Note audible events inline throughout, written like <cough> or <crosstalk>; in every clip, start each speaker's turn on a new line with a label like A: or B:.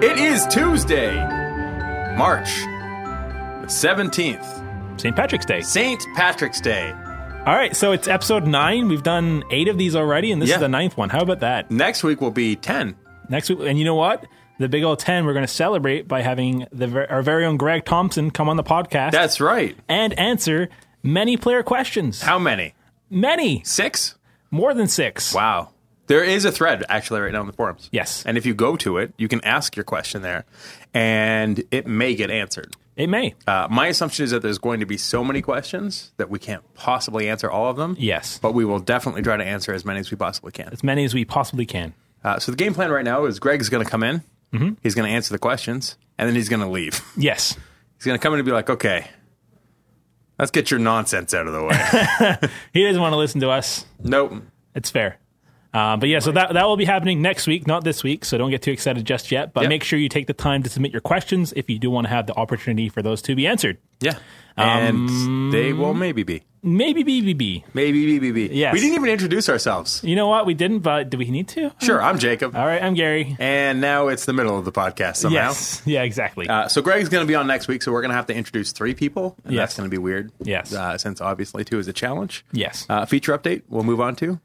A: It is Tuesday, March the 17th,
B: St. Patrick's Day.
A: St. Patrick's Day.
B: All right, so it's episode nine. We've done eight of these already, and this
A: Yeah.
B: is the ninth one. How about that?
A: Next week will be 10.
B: Next week, and you know what? The big old ten. We're going to celebrate by having the ver- our very own Greg Thompson come on the podcast
A: That's right.
B: and answer many player questions.
A: How many?
B: Many,
A: Six?
B: more than six.
A: Wow. There is a thread actually right now in the forums.
B: Yes.
A: And if you go to it, you can ask your question there and it may get answered.
B: It may.
A: Uh, my assumption is that there's going to be so many questions that we can't possibly answer all of them.
B: Yes.
A: But we will definitely try to answer as many as we possibly can.
B: as many as we possibly can.
A: Uh, so the game plan right now is Greg's going to come in, he's going to answer the questions, and then he's going to leave. <laughs>
B: Yes.
A: He's going to come in and be like, okay, let's get your nonsense out of the
B: <laughs>
A: way.
B: He doesn't want to listen to us.
A: nope.
B: It's fair. Uh, but yeah, so that, that will be happening next week, not this week. So don't get too excited just yet. But
A: Yep.
B: make sure you take the time to submit your questions if you do want to have the opportunity for those to be answered.
A: Yeah. And
B: Um,
A: they will maybe be.
B: Maybe BBB.
A: Maybe be, be, be.
B: Yes.
A: We didn't even introduce ourselves.
B: You know what? We didn't, but do we need to?
A: Sure, I'm Jacob.
B: All right, I'm Gary.
A: and now it's the middle of the podcast somehow.
B: Yes. Yeah, exactly.
A: Uh, so Greg's going to be on next week, so we're going to have to introduce three people. And
B: Yes.
A: That's going to be weird.
B: Yes.
A: Uh, since obviously two is a challenge.
B: yes.
A: Uh, feature update. We'll move on to.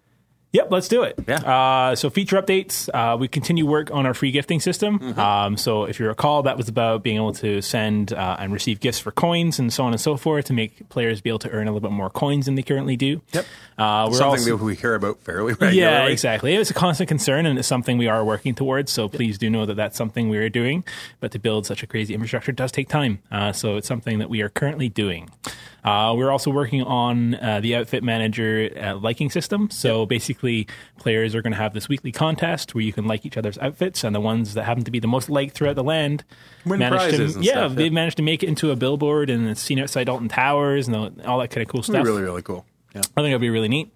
B: Yep, let's do it.
A: Yeah.
B: Uh, so feature updates. Uh, we continue work on our free gifting system.
A: Mm-hmm.
B: Um, so if you recall, that was about being able to send uh, and receive gifts for coins and so on and so forth to make players be able to earn a little bit more coins than they currently do.
A: Yep.
B: Uh, we're
A: Something
B: also,
A: that we hear about fairly <laughs> regularly.
B: yeah, exactly. It's a constant concern, and it's something we are working towards. So please do know that that's something we are doing. But to build such a crazy infrastructure does take time. Uh, so it's something that we are currently doing. Uh, we're also working on uh, the outfit manager uh, liking system. So basically, players are going to have this weekly contest where you can like each other's outfits, and the ones that happen to be the most liked throughout the land
A: Win
B: manage
A: prizes
B: to,
A: and
B: yeah,
A: stuff,
B: they
A: yeah.
B: managed to make it into a billboard and it's seen outside Dalton Towers and all- all that kind of cool
A: It'd
B: stuff.
A: be Hmm, Really, really cool. Yeah.
B: I think it'll be really neat.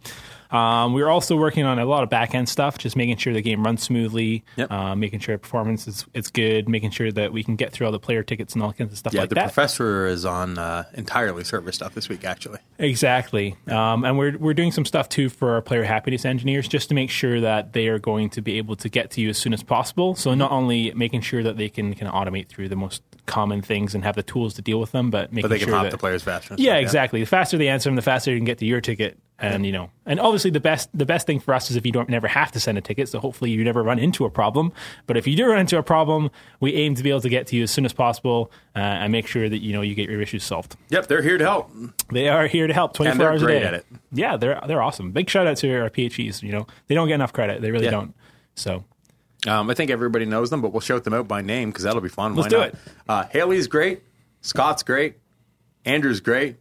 B: Um, we are also working on a lot of back end stuff, just making sure the game runs smoothly,
A: Yep.
B: uh, making sure performance is it's good, making sure that we can get through all the player tickets and all kinds of stuff
A: Yeah,
B: like
A: the
B: that.
A: professor is on uh, entirely server stuff this week, actually.
B: exactly. Um, and we're we're doing some stuff too for our player happiness engineers, just to make sure that they are going to be able to get to you as soon as possible. So not only making sure that they can kind of automate through the most common things and have the tools to deal with them, but making
A: But they can
B: sure
A: hop
B: that
A: the players faster. and
B: Yeah,
A: stuff,
B: exactly. The faster they answer them, the faster you can get to your ticket. And you know, and obviously the best the best thing for us is if you don't never have to send a ticket. So hopefully you never run into a problem. But if you do run into a problem, we aim to be able to get to you as soon as possible uh, and make sure that you know you get your issues solved.
A: Yep, they're here to help.
B: They are here to help twenty
A: And
B: four
A: they're
B: hours a
A: great
B: day.
A: at it.
B: Yeah, they're they're awesome. Big shout out to our PHEs. You know, they don't get enough credit. They really
A: Yeah.
B: don't. So <laughs>
A: Um, I think everybody knows them, but we'll shout them out by name because that'll be fun. Why
B: Let's do
A: not?
B: it.
A: Uh, Haley's great. Scott's great. Andrew's great.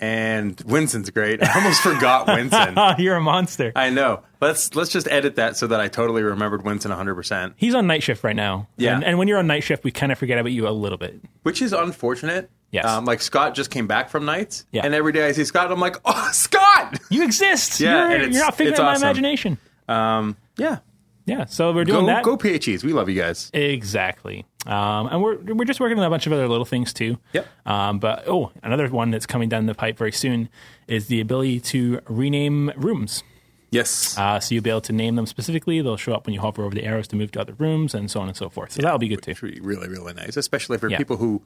A: And Winston's great. I almost <laughs> forgot Winston.
B: <laughs> ah, you're a monster.
A: I know. Let's let's just edit that so that I totally remembered Winston 100, percent
B: He's on night shift right now.
A: Yeah.
B: and, and when you're on night shift, we kind of forget about you a little bit.
A: which is unfortunate.
B: Yes.
A: Um, like Scott just came back from nights,
B: Yeah.
A: and every day I see Scott, I'm like, oh, Scott.
B: You exist.
A: Yeah, and
B: you're,
A: it's-
B: you're not figment
A: it's
B: of my
A: awesome.
B: imagination.
A: Um, yeah.
B: Yeah, so we're doing
A: Go
B: that.
A: go PHEs. We love you guys.
B: Exactly. Um, and we're we're just working on a bunch of other little things too.
A: Yep.
B: Um, but oh, another one that's coming down the pipe very soon is the ability to rename rooms.
A: Yes.
B: Uh, so you'll be able to name them specifically. They'll show up when you hover over the arrows to move to other rooms and so on and so forth. So that'll be good too.
A: Which would be really, really nice, especially for
B: Yeah.
A: people who,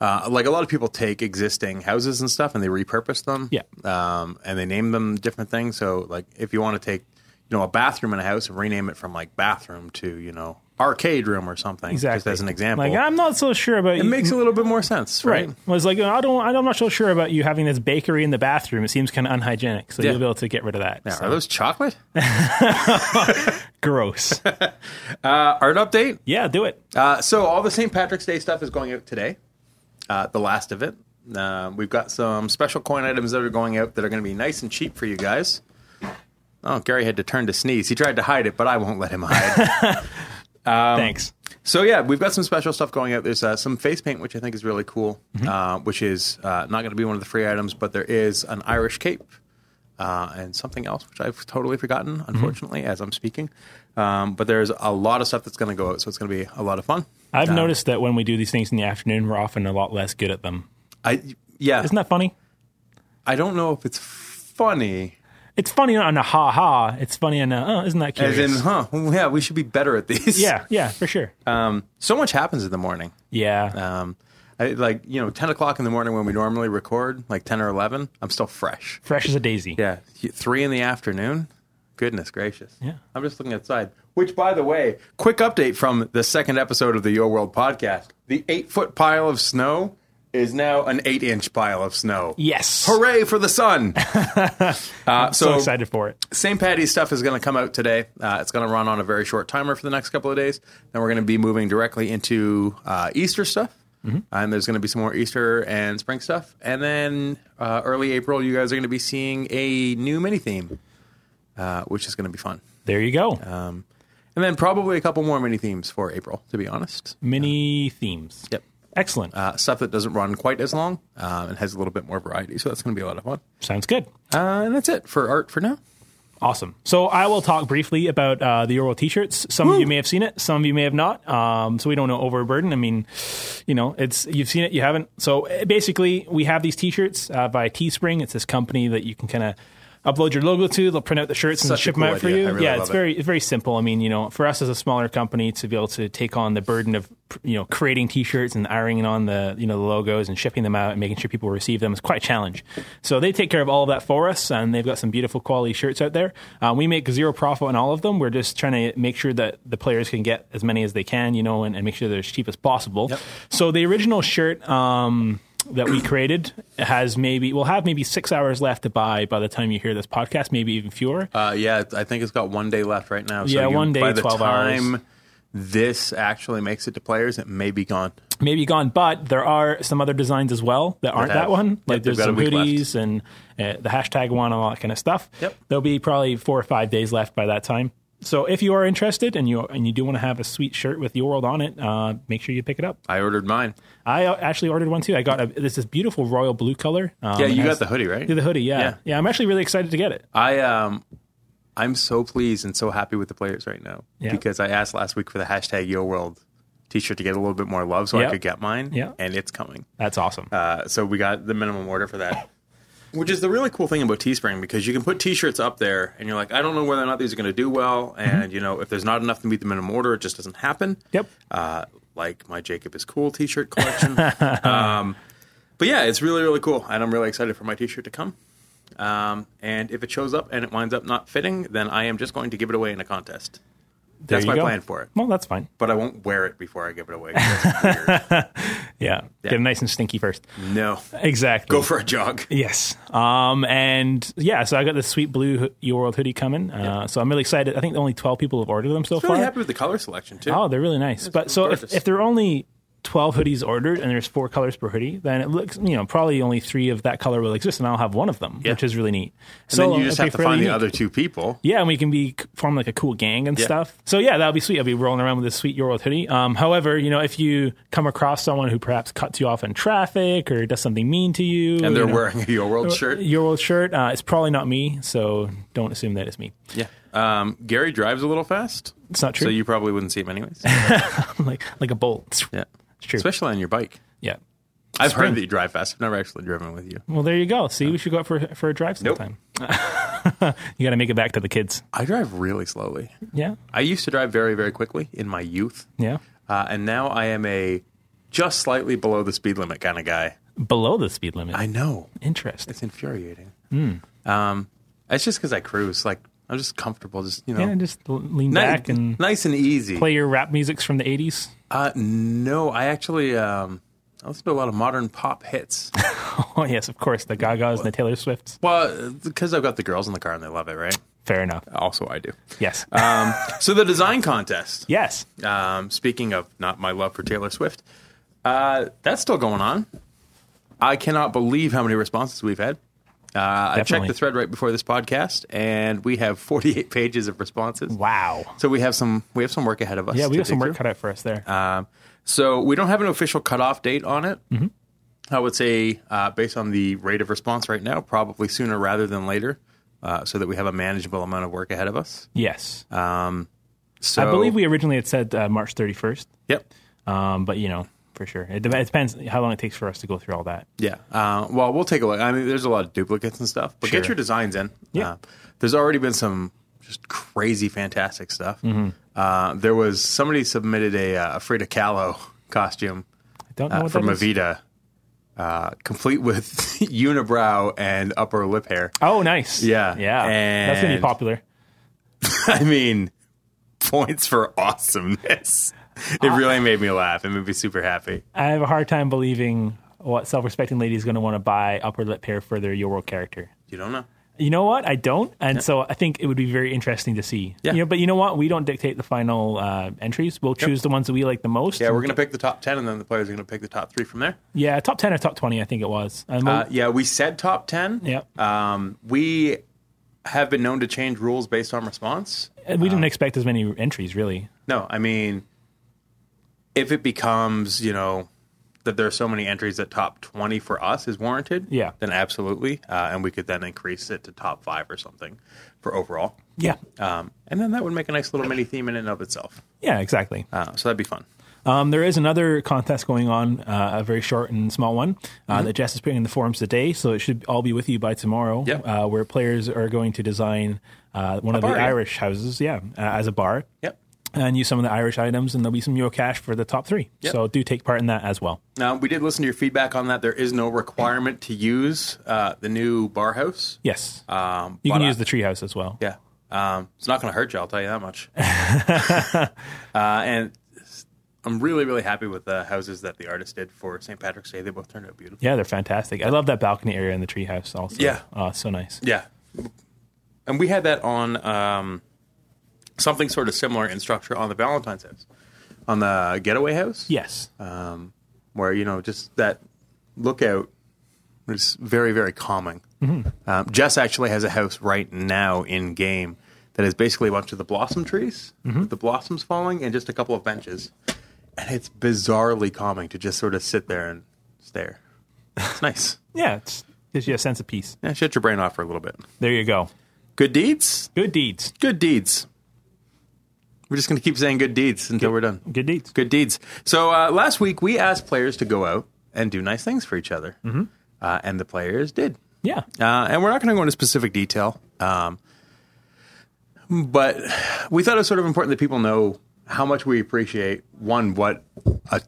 A: uh, like a lot of people take existing houses and stuff and they repurpose them.
B: Yeah.
A: Um, and they name them different things. So, like, if you want to take, you know, a bathroom in a house and rename it from like bathroom to, you know, arcade room or something. Just as an example.
B: Like I'm not so sure about
A: it makes a little bit more sense, right?
B: Right. Was like I don't I'm not so sure about you having this bakery in the bathroom. It seems kind of unhygienic. So
A: Yeah.
B: you'll be able to get rid of that.
A: Now,
B: So-
A: Are those chocolate? <laughs>
B: gross.
A: Uh, art update.
B: yeah, do it.
A: Uh, so all the St. Patrick's Day stuff is going out today, uh, the last of it. Uh, we've got some special coin items that are going out that are going to be nice and cheap for you guys. Oh, Gary had to turn to sneeze. He tried to hide it, but I won't let him hide. Um,
B: Thanks.
A: so yeah, we've got some special stuff going out. There's uh, some face paint, which I think is really cool, uh, which is uh, not going to be one of the free items, but there is an Irish cape. Uh, and something else, which I've totally forgotten, unfortunately, as I'm speaking. Um, but there's a lot of stuff that's going to go out, so it's going to be a lot of fun.
B: I've noticed that when we do these things in the afternoon, we're often a lot less good at them.
A: I yeah,
B: Isn't that funny?
A: I don't know if it's funny.
B: it's funny on a ha ha. It's funny on a, oh, isn't that
A: As
B: curious?
A: in, huh? Yeah, we should be better at these.
B: yeah, yeah, for sure.
A: <laughs> Uh, So much happens in the morning.
B: yeah.
A: Um, I, like you know, ten o'clock in the morning when we normally record, like ten or eleven, I'm still fresh.
B: Fresh as a daisy.
A: Yeah, three in the afternoon. Goodness gracious!
B: Yeah.
A: I'm just looking outside. Which, by the way, quick update from the second episode of the Your World podcast: the eight foot pile of snow is now an eight inch pile of snow.
B: Yes.
A: Hooray for the
B: <laughs>
A: sun! uh,
B: So excited for it.
A: St. Patty's stuff is going to come out today. Uh, it's going to run on a very short timer for the next couple of days. Then we're going to be moving directly into uh, Easter stuff. And there's going to be some more Easter and spring stuff. And then uh, early April, you guys are going to be seeing a new mini theme, uh, which is going to be fun.
B: There you go.
A: Uh, And then probably a couple more mini themes for April, to be honest.
B: Mini themes.
A: Yep.
B: Excellent.
A: Uh, stuff that doesn't run quite as long um, and has a little bit more variety. So that's going to be a lot of fun.
B: Sounds good.
A: Uh, and that's it for art for now.
B: Awesome. So I will talk briefly about uh, the Euroworld T-shirts. Some of you may have seen it, some of you may have not. Um, so we don't know overburden. I mean, you know, it's you've seen it, you haven't. So eh, basically, we have these T-shirts uh, by Teespring. It's this company that you can kind of upload your logo to. They'll print out the shirts and
A: Such a
B: ship them
A: cool
B: out for
A: idea.
B: you.
A: I really
B: yeah,
A: love
B: it's
A: it.
B: very it's very simple. I mean, you know, for us as a smaller company to be able to take on the burden of you know creating T-shirts and ironing on the you know the logos and shipping them out and making sure people receive them is quite a challenge. So they take care of all of that for us, and they've got some beautiful quality shirts out there. Uh, we make zero profit on all of them. We're just trying to make sure that the players can get as many as they can, you know, and, and make sure they're as cheap as possible. So the original shirt. Um, that we created has maybe we'll have maybe six hours left to buy by the time you hear this podcast, maybe even fewer.
A: Uh, yeah, it's- I think it's got one day left right now. So
B: Yeah,
A: you-
B: one day,
A: By the
B: 12 hours.
A: time this actually makes it to players, it may be gone.
B: maybe gone, but there are some other designs as well that aren't
A: have-
B: that one.
A: yep,
B: Like
A: they've
B: there's
A: got a
B: some
A: week left.
B: hoodies and uh, the hashtag one and all that kind of stuff.
A: Yep.
B: There'll be probably four or five days left by that time. So if you are interested and you and you do want to have a sweet shirt with your world on it, uh, make sure you pick it up.
A: I ordered mine.
B: I uh, actually ordered one too. I got a, this is beautiful royal blue color. Um,
A: yeah,
B: it
A: you got
B: has-
A: the hoodie, right?
B: the hoodie. Yeah.
A: Yeah.
B: yeah, I'm actually really excited to get it.
A: I um, I'm so pleased and so happy with the players right now
B: Yeah.
A: because I asked last week for the hashtag Yo World T-shirt to get a little bit more love, so
B: Yep.
A: I could get mine.
B: Yeah.
A: and it's coming.
B: That's awesome.
A: Uh, so we got the minimum order for
B: <laughs>
A: that. Which is the really cool thing about Teespring because you can put T-shirts up there, and you're like, I don't know whether or not these are going to do well,
B: Mm-hmm.
A: and you know if there's not enough to meet the minimum order, it just doesn't happen.
B: Yep.
A: Uh, like my Jacob is cool T-shirt
B: <laughs>
A: collection. um, but yeah, it's really really cool, and I'm really excited for my T-shirt to come. Um, and if it shows up and it winds up not fitting, then I am just going to give it away in a contest.
B: There
A: That's
B: you
A: my
B: go.
A: plan for it.
B: Well, that's fine.
A: But I won't wear it before I give it away. 'cause <laughs> that's weird.
B: Yeah, get them nice and stinky first.
A: no,
B: Exactly.
A: go for a jog.
B: Yes. Um, and yeah, so I got this sweet blue ho- Your World hoodie coming. Uh, So I'm really excited. I think only 12 people have ordered them so
A: Really
B: far.
A: happy with the color selection too.
B: Oh, they're really nice. But so if,
A: gorgeous.
B: if there are only 12 hoodies ordered and there's four colors per hoodie, then it looks, you know, probably only three of that color will exist and I'll have one of them, which is really neat.
A: And then you
B: it'll
A: just
B: be
A: have to
B: fairly
A: find the
B: unique.
A: other two people.
B: Yeah, and we can be form like a cool gang and
A: Yeah.
B: stuff. So yeah, that'll be sweet. I'll be rolling around with this sweet Your World hoodie. Um, however, you know, if you come across someone who perhaps cuts you off in traffic or does something mean to you,
A: And they're
B: you know,
A: wearing a Yo World shirt.
B: your old shirt. Uh, it's probably not me, so don't assume that it's me. <laughs>
A: Yeah. Um, Gary drives a little fast.
B: It's not true.
A: So you probably wouldn't see him
B: <laughs>
A: anyways.
B: like like a bolt.
A: Yeah.
B: It's true.
A: Especially on your bike.
B: Yeah.
A: I've heard that you drive fast. I've never actually driven with you.
B: Well, there you go. See, we should go out for for a drive
A: Nope.
B: sometime. <laughs> you got to make it back to the kids.
A: I drive really slowly.
B: Yeah.
A: I used to drive very, very quickly in my youth.
B: Yeah.
A: Uh, and now I am a just slightly below the speed limit kind of guy.
B: Below the speed limit.
A: I know.
B: Interesting.
A: It's infuriating.
B: Hmm.
A: Um, it's just because I cruise. Like, I'm just comfortable. Just, you know.
B: Yeah, just l- lean
A: ni-
B: back and
A: nice and easy.
B: play your rap musics from the 80s.
A: Uh, no, I actually um, I listen to a lot of modern pop
B: <laughs>
A: hits.
B: <laughs> Oh, yes, of course, the Gagas and the Taylor Swifts.
A: well, because I've got the girls in the car and they love it, right?
B: Fair enough.
A: Also, I do.
B: Yes.
A: Um, so the design contest.
B: yes.
A: Um, speaking of not my love for Taylor Swift, uh, that's still going on. I cannot believe how many responses we've had. Uh, I checked
B: Definitely.
A: the thread right before this podcast, and we have <laughs> 48 pages of responses.
B: Wow.
A: So we have some we have some work ahead of us.
B: Yeah, we
A: to
B: have some
A: dig
B: work
A: through.
B: cut out for us there.
A: Um, so we don't have an official cutoff date on it.
B: Mm-hmm.
A: I would say, uh, based on the rate of response right now, probably sooner rather than later, uh, so that we have a manageable amount of work ahead of us.
B: yes.
A: Um, so
B: I believe we originally had said uh, March 31st,
A: Yep.
B: um, but you know, for sure. It, de- it depends how long it takes for us to go through all that.
A: Yeah. Uh, well, we'll take a look. I mean, there's a lot of duplicates and stuff, but
B: Sure.
A: get your designs in.
B: Yeah.
A: Uh, there's already been some just crazy, fantastic stuff.
B: Mm-hmm.
A: Uh, there was somebody submitted a, uh, a Frida Kahlo costume
B: I don't know
A: uh,
B: what
A: from
B: that is.
A: Avita, uh, complete with <laughs> unibrow and upper lip hair. <laughs>
B: Oh, nice.
A: Yeah.
B: yeah. That's gonna be
A: And-
B: popular.
A: I mean, points for awesomeness. It
B: Uh,
A: really made me laugh. It made me super happy.
B: I have a hard time believing what self-respecting lady is going to want to buy upper lip hair for their Your World character.
A: You don't know.
B: You know what? I don't, and so I think it would be very interesting to see.
A: Yeah.
B: You know, but you know what? We don't dictate the final uh, entries. We'll choose the ones that we like the most.
A: Yeah, we're going to pick the top 10, and then the players are going to pick the top three from there.
B: Yeah, top ten or top twenty, I think it was. And
A: Uh, yeah, we said top 10.
B: we'll- yeah,
A: Um, we have been known to change rules based on response.
B: And we didn't
A: uh,
B: expect as many entries, really.
A: No, I mean, if it becomes, you know, that there are so many entries that top 20 for us is warranted,
B: Yeah.
A: then absolutely. Uh, and we could then increase it to top five or something for overall.
B: Yeah,
A: Um, and then that would make a nice little mini theme in and of itself.
B: yeah, exactly.
A: Uh, so that'd be fun.
B: Um, there is another contest going on, uh, a very short and small one uh,
A: Mm-hmm.
B: that Jess is putting in the forums today, so it should all be with you by tomorrow.
A: Yeah.
B: Uh, where players are going to design uh, one of
A: bar,
B: the
A: yeah.
B: Irish houses, yeah, uh, as a bar,
A: Yep.
B: and use some of the Irish items, and there'll be some Euro cash for the top three.
A: Yep.
B: So do take part in that as well.
A: Now, we did listen to your feedback on that. There is no requirement to use uh, the new bar house.
B: Yes,
A: Um,
B: you can
A: but I-
B: use the treehouse as well.
A: Yeah. Um, it's not going to hurt you, I'll tell you that <laughs> much. uh, and I'm really, really happy with the houses that the artist did for St. Patrick's Day. They both turned out beautiful.
B: Yeah, they're fantastic. I love that balcony area in the treehouse. Also,
A: Yeah.
B: oh, it's so nice.
A: Yeah. And we had that on um, something sort of similar in structure on the Valentine's house, on the getaway house,
B: Yes,
A: Uh, where, you know, just that lookout is very, very calming. Um, Jess actually has a house right now in game that is basically a bunch of the blossom trees, with the blossoms falling, and just a couple of benches. And it's bizarrely calming to just sort of sit there and stare. It's nice.
B: yeah, it's gives you a sense of peace.
A: yeah, shut your brain off for a little bit.
B: There you go.
A: Good deeds?
B: Good deeds.
A: Good deeds. We're just going to keep saying good deeds until we're done.
B: Good deeds.
A: Good deeds. So uh, last week we asked players to go out and do nice things for each other, mm-hmm. uh, and the players did.
B: Yeah.
A: Uh, and we're not going to go into specific detail, um, but we thought it was sort of important that people know how much we appreciate one what a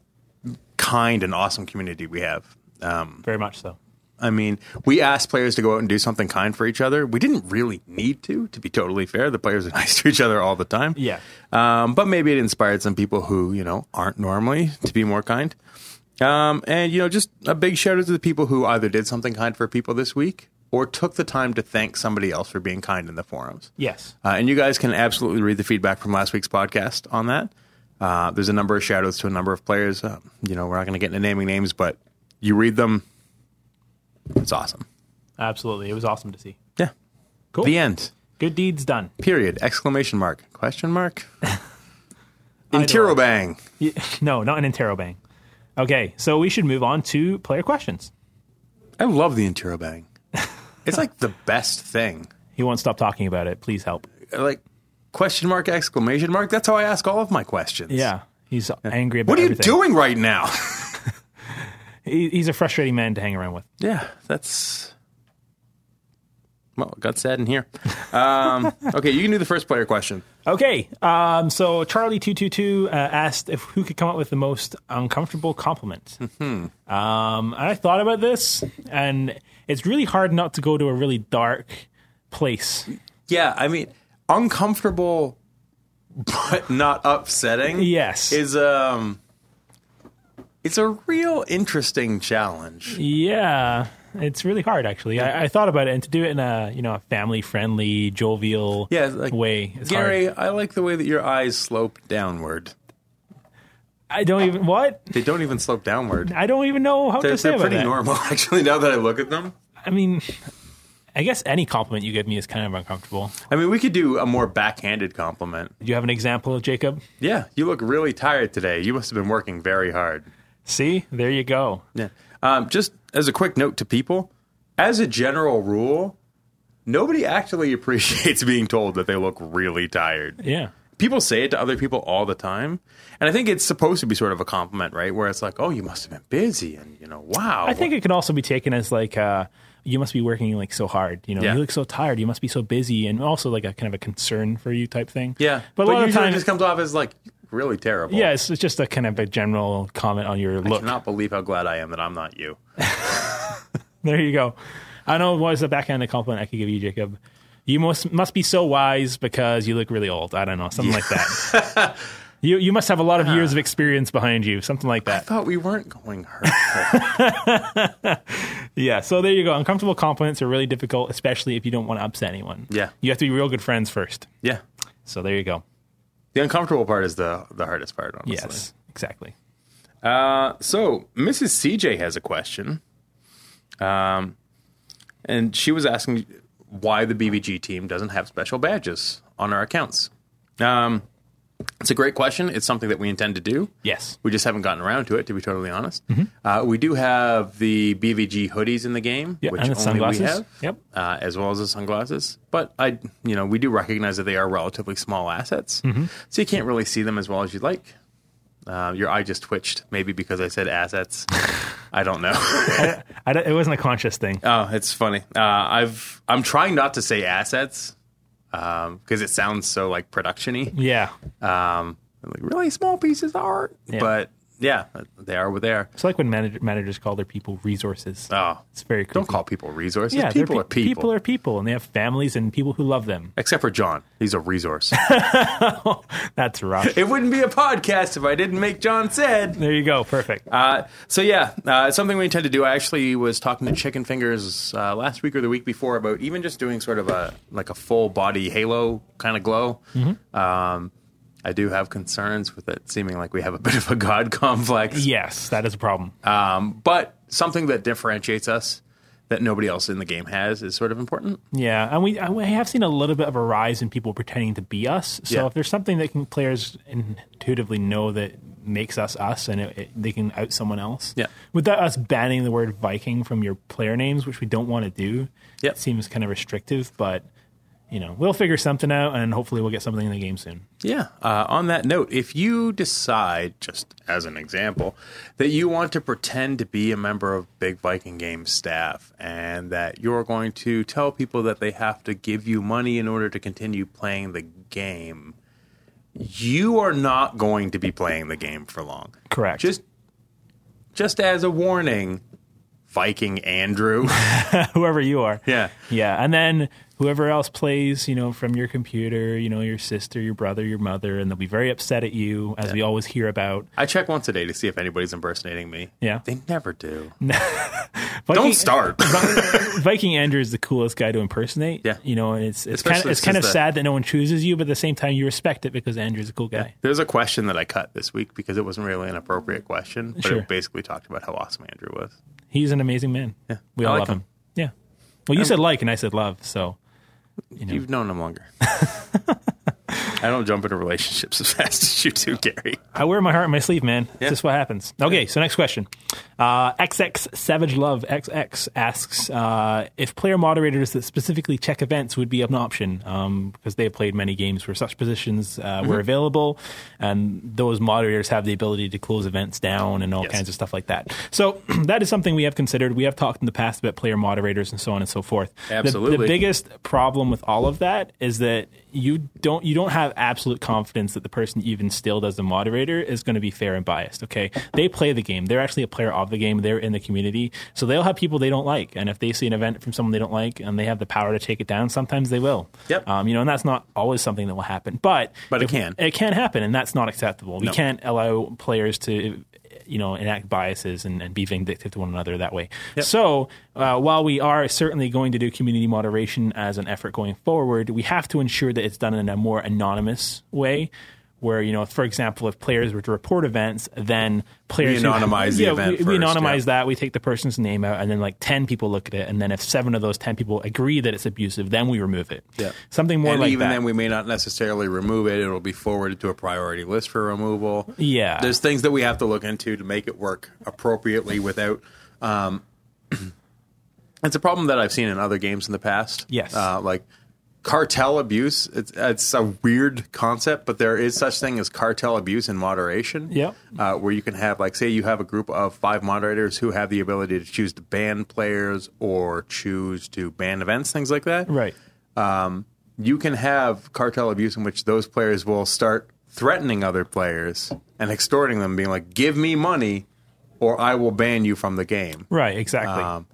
A: kind and awesome community we have.
B: Very much so.
A: I mean, we asked players to go out and do something kind for each other. We didn't really need to, to be totally fair. The players are <laughs> nice to each other all the time.
B: Yeah.
A: Um, but maybe it inspired some people who, you know, aren't normally to be more kind. Um, and, you know, just a big shout out to the people who either did something kind for people this week or took the time to thank somebody else for being kind in the forums.
B: Yes.
A: Uh, and you guys can absolutely read the feedback from last week's podcast on that. Uh, there's a number of shout outs to a number of players. Uh, you know, we're not going to get into naming names, but you read them. It's awesome.
B: Absolutely. It was awesome to see.
A: Yeah.
B: Cool.
A: The end.
B: Good deeds done.
A: Period. Exclamation mark. Question <laughs> mark. Intero bang.
B: Y- <laughs> No, not an interrobang. Okay, so we should move on to player questions.
A: I love the Intero bang. <laughs> It's like the best thing.
B: He won't stop talking about it. Please help.
A: Like question mark, exclamation mark. That's how I ask all of my questions.
B: Yeah. He's angry about
A: What are you
B: everything.
A: doing right now?
B: He- He's a frustrating man to hang around with.
A: Yeah, that's. Well, it got sad in here. Um, <laughs> okay, you can do the first player question.
B: Okay, um, so Charlie222 uh, asked if who could come up with the most uncomfortable compliment.
A: Mm-hmm.
B: Um, and I thought about this, and it's really hard not to go to a really dark place.
A: Yeah, I mean, uncomfortable, but not upsetting.
B: Yes.
A: is um, it's a real interesting challenge.
B: Yeah, it's really hard actually. I, I thought about it, and to do it in a you know a family friendly, jovial
A: Yeah, it's like
B: way. It's hard.
A: Gary, I like the way that your eyes slope downward.
B: I don't even what
A: They don't even slope downward.
B: I don't even know how
A: They're,
B: to say
A: they're
B: about
A: pretty
B: that.
A: normal, <laughs> actually. Now that I look at them,
B: I mean, I guess any compliment you give me is kind of uncomfortable.
A: I mean, we could do a more backhanded compliment.
B: Do you have an example, Jacob?
A: Yeah, you look really tired today. You must have been working very hard.
B: See, there you go.
A: Yeah. Um, just as a quick note to people, as a general <laughs> rule, nobody actually appreciates being told that they look really tired.
B: Yeah.
A: people say it to other people all the time, and I think it's supposed to be sort of a compliment, right? Where it's like, oh, you must have been busy, and you know, wow.
B: I think it can also be taken as like uh, you must be working like so hard. You know,
A: Yeah.
B: you look so tired. You must be so busy, and also like a kind of a concern for you type thing.
A: yeah,
B: but a lot of
A: usually it
B: times,
A: just comes off as like really terrible.
B: yeah, it's, it's just a kind of a general comment on your
A: I
B: look.
A: cannot believe how glad I am that I'm not you.
B: There you go. I know what is the back end of the compliment I could give you, Jacob. You must must be so wise because you look really old. I don't know, something like that. you you must have a lot of years of experience behind you, something like
A: I
B: that.
A: thought we weren't going hurtful.
B: Yeah. So there you go. Uncomfortable compliments are really difficult, especially if you don't want to upset anyone.
A: <laughs> Yeah.
B: You have to be real good friends first.
A: yeah,
B: So there you go.
A: the uncomfortable part is the the hardest part. Honestly.
B: Yes. Exactly.
A: Uh, so Mrs. CJ has a question. Um, and she was asking why the BBG team doesn't have special badges on our accounts. Um, it's a great question. It's something that we intend to do.
B: Yes.
A: We just haven't gotten around to it, to be totally honest.
B: Mm-hmm.
A: Uh, we do have the BVG hoodies in the game,
B: Yeah,
A: which
B: and the
A: only
B: sunglasses.
A: we have,
B: Yep.
A: uh, as well as the sunglasses. But I, you know, we do recognize that they are relatively small assets,
B: Mm-hmm.
A: so you can't really see them as well as you'd like. Uh, your eye just twitched, maybe because I said
B: <laughs>
A: assets. I don't know. <laughs>
B: I don't- it wasn't a conscious thing.
A: oh, it's funny. Uh, I've I'm trying not to say assets because it sounds so like productiony
B: yeah.
A: um, like really small pieces of art. But yeah, they are what they are.
B: It's like when manager, managers call their people resources.
A: Oh,
B: it's very cool.
A: don't call people resources.
B: yeah, they're
A: people
B: pe-
A: are people.
B: People are people, and they have families and people who love them.
A: Except for John, he's a resource. <laughs>
B: <laughs> That's rough.
A: it wouldn't be a podcast if I didn't make John said.
B: There you go. Perfect.
A: Uh, so yeah, uh, it's something we intend to do. I actually was talking to Chicken Fingers uh, last week or the week before about even just doing sort of a like a full body halo kind of glow. Um, I do have concerns with it seeming like we have a <laughs> bit of a god complex.
B: yes, that is a problem.
A: Um, but something that differentiates us that nobody else in the game has is sort of important.
B: yeah, and we I, we have seen a little bit of a rise in people pretending to be us. So
A: Yeah.
B: if there's something that can players intuitively know that makes us us, and it, it, they can out someone else.
A: Yeah.
B: Without us banning the word Viking from your player names, which we don't want to do.
A: Yeah.
B: It seems kind of restrictive, but you know we'll figure something out, and hopefully we'll get something in the game soon.
A: Yeah. Uh, on that note, if you decide, just as an example, that you want to pretend to be a member of Big Viking Games staff and that you're going to tell people that they have to give you money in order to continue playing the game, you are not going to be playing the game for long.
B: Correct.
A: Just, just as a warning, Viking Andrew.
B: <laughs> Whoever you are.
A: yeah.
B: Yeah, and then whoever else plays, you know, from your computer, you know, your sister, your brother, your mother, and they'll be very upset at you, as we always hear about.
A: I check once a day to see if anybody's impersonating me.
B: Yeah.
A: They never do.
B: Viking,
A: Don't start.
B: <laughs> Viking Andrew is the coolest guy to impersonate.
A: Yeah.
B: you know, and it's it's kind of,
A: Especially
B: it's kind of
A: since the-
B: sad that no one chooses you, but at the same time, you respect it because Andrew's a cool guy.
A: There's a question that I cut this week because it wasn't really an appropriate question, but
B: Sure.
A: it basically talked about how awesome Andrew was.
B: He's an amazing man. Yeah, we
A: I
B: all
A: like
B: love him.
A: him.
B: Yeah. Well, you said like, and I said love, so
A: You've known him longer. I don't jump into relationships as fast as you do, Gary.
B: I wear my heart in my sleeve, man. That's just what happens. Okay, so next question. Uh, XX Savage Love XX asks uh, if player moderators that specifically check events would be an option um, because they have played many games where such positions uh,
A: Mm-hmm.
B: were available, and those moderators have the ability to close events down and all
A: Yes.
B: kinds of stuff like that. So <clears throat> that is something we have considered. We have talked in the past about player moderators and so on and so forth. The- the
A: Absolutely.
B: big biggest problem with all of that is that you don't you don't have absolute confidence that the person you've instilled as the moderator is going to be fair and biased. Okay, they play the game; they're actually a player of the game. They're in the community, so they'll have people they don't like, and if they see an event from someone they don't like, and they have the power to take it down, sometimes they will.
A: Yep.
B: Um, you know, and that's not always something that will happen, but
A: But it
B: if-
A: can.
B: it can happen, and that's not acceptable. We can't allow players to, you know, enact biases and, and be vindictive to one another that way. So, uh, while we are certainly going to do community moderation as an effort going forward, we have to ensure that it's done in a more anonymous way. Where you know, for example, if players were to report events, then players who- <laughs>
A: anonymize the
B: yeah,
A: event
B: We, we
A: first,
B: anonymize
A: yeah.
B: is that we take the person's name out and then like 10 people look at it and then if seven of those 10 people agree that it's abusive then we remove it
A: Yeah.
B: something more
A: and
B: like
A: even
B: that
A: then, we may not necessarily remove it. It'll be forwarded to a priority list for removal.
B: Yeah.
A: There's things that we have to look into to make it work appropriately without. <clears throat> Um, it's a problem that I've seen in other games in the past.
B: Yes.
A: Uh, like cartel abuse. It's, it's a weird concept, but there is such thing as cartel abuse in moderation.
B: Yep.
A: Uh, where you can have, like, say you have a group of five moderators who have the ability to choose to ban players or choose to ban events, things like that.
B: Right.
A: You can have cartel abuse in which those players will start threatening other players and extorting them, being like, "Give me money, or I will ban you from the game."
B: Right. Exactly.
A: Um,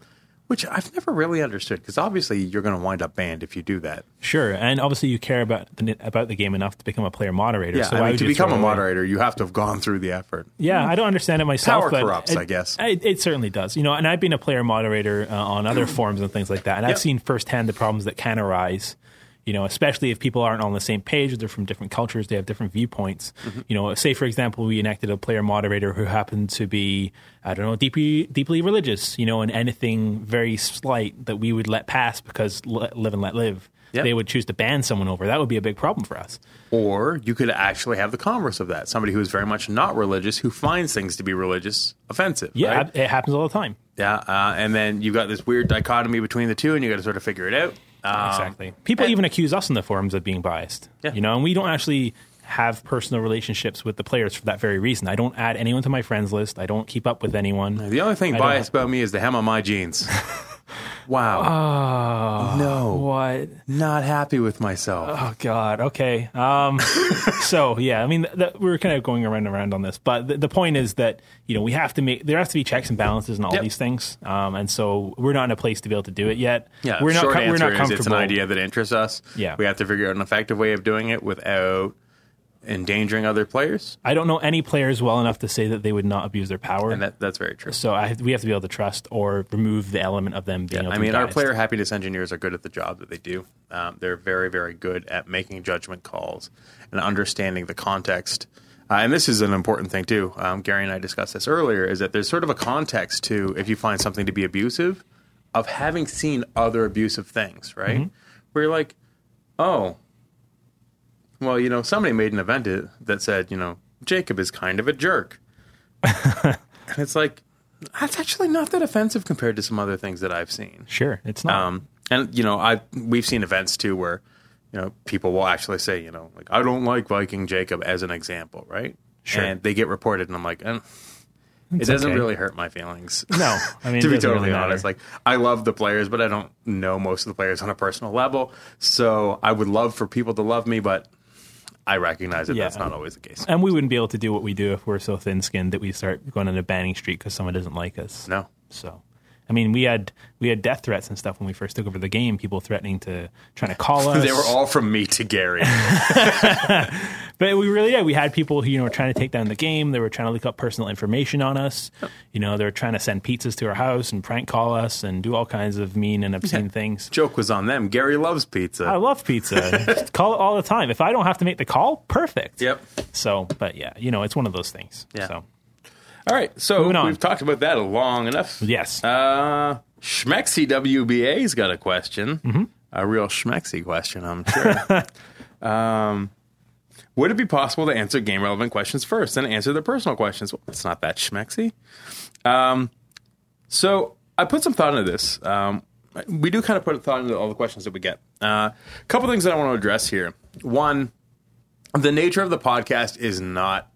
A: which I've never really understood because obviously you're going to wind up banned if you do that.
B: sure. And obviously, you care about the, about the game enough to become a player moderator.
A: Yeah,
B: so
A: I
B: why
A: mean,
B: would
A: to
B: you
A: become
B: throw
A: a
B: away-
A: moderator, you have to have gone through the effort.
B: Yeah, I don't understand it myself.
A: Mm. Power
B: but
A: corrupts,
B: it-
A: I guess.
B: It, it certainly does. You know, and I've been a player moderator uh, on
A: Mm.
B: other forums and things like that, and I've
A: Yep.
B: seen firsthand the problems that can arise. You know, especially if people aren't on the same page, they're from different cultures, they have different viewpoints.
A: Mm-hmm.
B: You know, say for example, we enacted a player moderator who happened to be, I don't know, deeply deeply religious. You know, and anything very slight that we would let pass because li- live and let live,
A: Yep.
B: they would choose to ban someone over. That would be a big problem for us.
A: Or you could actually have the converse of that somebody who is very much not religious who finds things to be religious offensive.
B: Yeah,
A: right?
B: it happens all the time.
A: Yeah. Uh, and then you've got this weird dichotomy between the two, and you got to sort of figure it out. Um,
B: Exactly. People even accuse us in the forums of being biased.
A: Yeah.
B: You know, and we don't actually have personal relationships with the players for that very reason. I don't add anyone to my friends list. I don't keep up with anyone.
A: The only thing
B: don't
A: biased about me is the hem on my
B: <laughs>
A: jeans. wow.
B: Ah.
A: no.
B: What?
A: Not happy with myself.
B: Oh God. Okay. <laughs> Um, so yeah, I mean, th- th- we're kind of going around and around on this, but the, the point is that you know we have to make there has to be checks and balances and all
A: Yep.
B: these things, um, and so we're not in a place to be able to do it yet.
A: yeah.
B: we're not.
A: short
B: co-
A: answer
B: we're not
A: is
B: comfortable.
A: it's an idea that interests us.
B: Yeah.
A: We have to figure out an effective way of doing it without endangering other players.
B: I don't know any players well enough to say that they would not abuse their power.
A: And that, that's very true.
B: So I have, we have to be able to trust or remove the element of them being. able
A: I
B: to
A: mean,
B: be
A: our
B: biased.
A: player happiness engineers are good at the job that they do. Um, they're very, very good at making judgment calls and understanding the context. Uh, and this is an important thing too. Um, Gary and I discussed this earlier. Is that there's sort of a context to if you find something to be abusive, of having seen other abusive things, right? Where you're like, oh, well, you know, somebody made an event that said, you know, Jacob is kind of a jerk. and it's like, that's actually not that offensive compared to some other things that I've seen.
B: Sure, it's not.
A: Um, and you know, I we've seen events too where you know people will actually say, you know, like I don't like Viking Jacob as an example, right?
B: Sure.
A: And they get reported, and I'm like, eh, it doesn't
B: okay.
A: really hurt my feelings.
B: no,
A: <laughs>
B: I mean
A: to
B: it
A: be
B: doesn't
A: totally
B: really
A: honest,
B: matter.
A: like I love the players, but I don't know most of the players on a personal level. So I would love for people to love me, but I recognize that
B: Yeah.
A: that's not always the
B: <laughs>
A: case. <laughs>
B: and we wouldn't be able to do what we do if we're so thin-skinned that we start going on a banning streak because someone doesn't like us.
A: No.
B: So, I mean, we had we had death threats and stuff when we first took over the game. People threatening to trying
A: <laughs>
B: to call us.
A: They were all from me to
B: <laughs>
A: Gary.
B: But we really did. We had people who, you know, were trying to take down the game. They were trying to look up personal information on us. You know, they were trying to send pizzas to our house and prank call us and do all kinds of mean and obscene things.
A: Joke was on them. Gary loves pizza.
B: I love pizza. <laughs> call it all the time. If I don't have to make the call, perfect.
A: Yep.
B: So, but yeah, you know, it's one of those things.
A: Yeah.
B: So,
A: All right, so
B: Moving on.
A: we've talked about that long enough.
B: yes.
A: Uh, Schmexy WBA's got a question. A real Schmexy question, I'm sure. um, would it be possible to answer game relevant questions first and answer the personal questions? Well, it's not that Schmexy. Um, so I put some thought into this. Um, we do kind of put a thought into all the questions that we get. A couple things that I want to address here. One, the nature of the podcast is not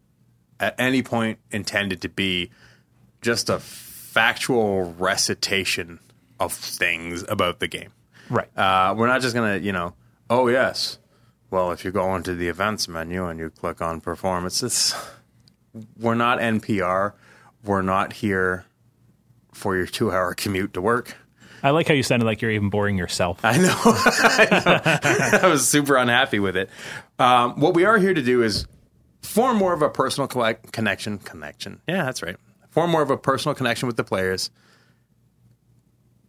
A: at any point intended to be just a factual recitation of things about the game.
B: right.
A: Uh, we're not just going to, you know, oh, yes. Well, if you go into the events menu and you click on performance, it's, <laughs> we're not NPR. We're not here for your two hour commute to work. <laughs>
B: I like how you sounded like you're even boring yourself.
A: I know. <laughs> I know. <laughs> I was super unhappy with it. Um, what we are here to do is form more of a personal collect- connection. Connection. Yeah, that's right. Form more of a personal connection with the players.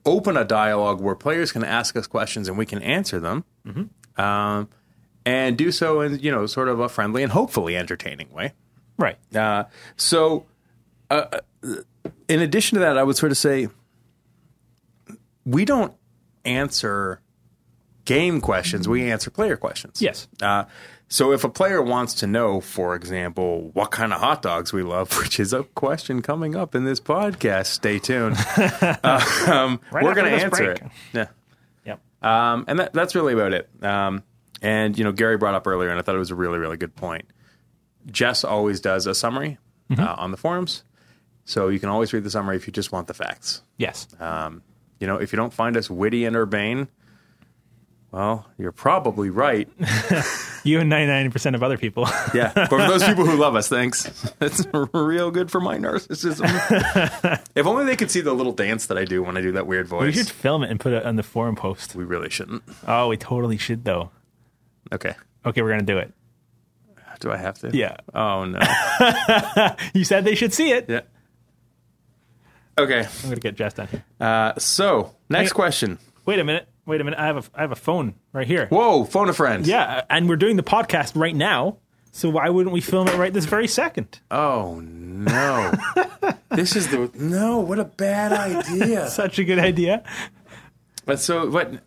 A: Open a dialogue where players can ask us questions and we can answer them, um, and do so in you know sort of a friendly and hopefully entertaining way.
B: right.
A: Uh, so, uh, in addition to that, I would sort of say we don't answer game questions; we answer player questions.
B: Yes.
A: Uh, so, if a player wants to know, for example, what kind of hot dogs we love, <laughs> which is a question coming up in
B: <laughs>
A: this podcast, stay tuned. Uh, um,
B: Right
A: we're
B: after
A: going to
B: this
A: answer
B: break.
A: it. Yeah.
B: Yep.
A: Um, and that, that's really about it. Um, and you know, Gary brought up earlier, and I thought it was a really, really good point. Jess always does a summary
B: Mm-hmm.
A: uh, on the forums, so you can always read the summary if you just want the facts.
B: Yes.
A: uh, You know, if you don't find us witty and urbane, well, you're probably right.
B: you and 99% of other people. <laughs>
A: Yeah, but <laughs> for those people who love us, thanks. <laughs> It's real good for my narcissism.
B: <laughs>
A: if only they could see the little dance that I do when I do that weird
B: we
A: voice.
B: should film it and put it on the forum post.
A: We really shouldn't.
B: Oh, we totally should, though.
A: Okay.
B: Okay, we're going to do it.
A: Do I have to?
B: Yeah.
A: Oh
B: <laughs>
A: no.
B: You said they should see it.
A: yeah. Okay.
B: I'm going to get Jess down here.
A: Uh, so next
B: Hey.
A: question.
B: Wait a minute. Wait a minute. I have a, I have a phone right here.
A: Whoa, phone a friend.
B: Yeah, and we're doing the podcast right now. So why wouldn't we film it right this very second?
A: Oh
B: <laughs>
A: no. this is the no. What a bad
B: <laughs>
A: idea.
B: Such a good idea.
A: but so what?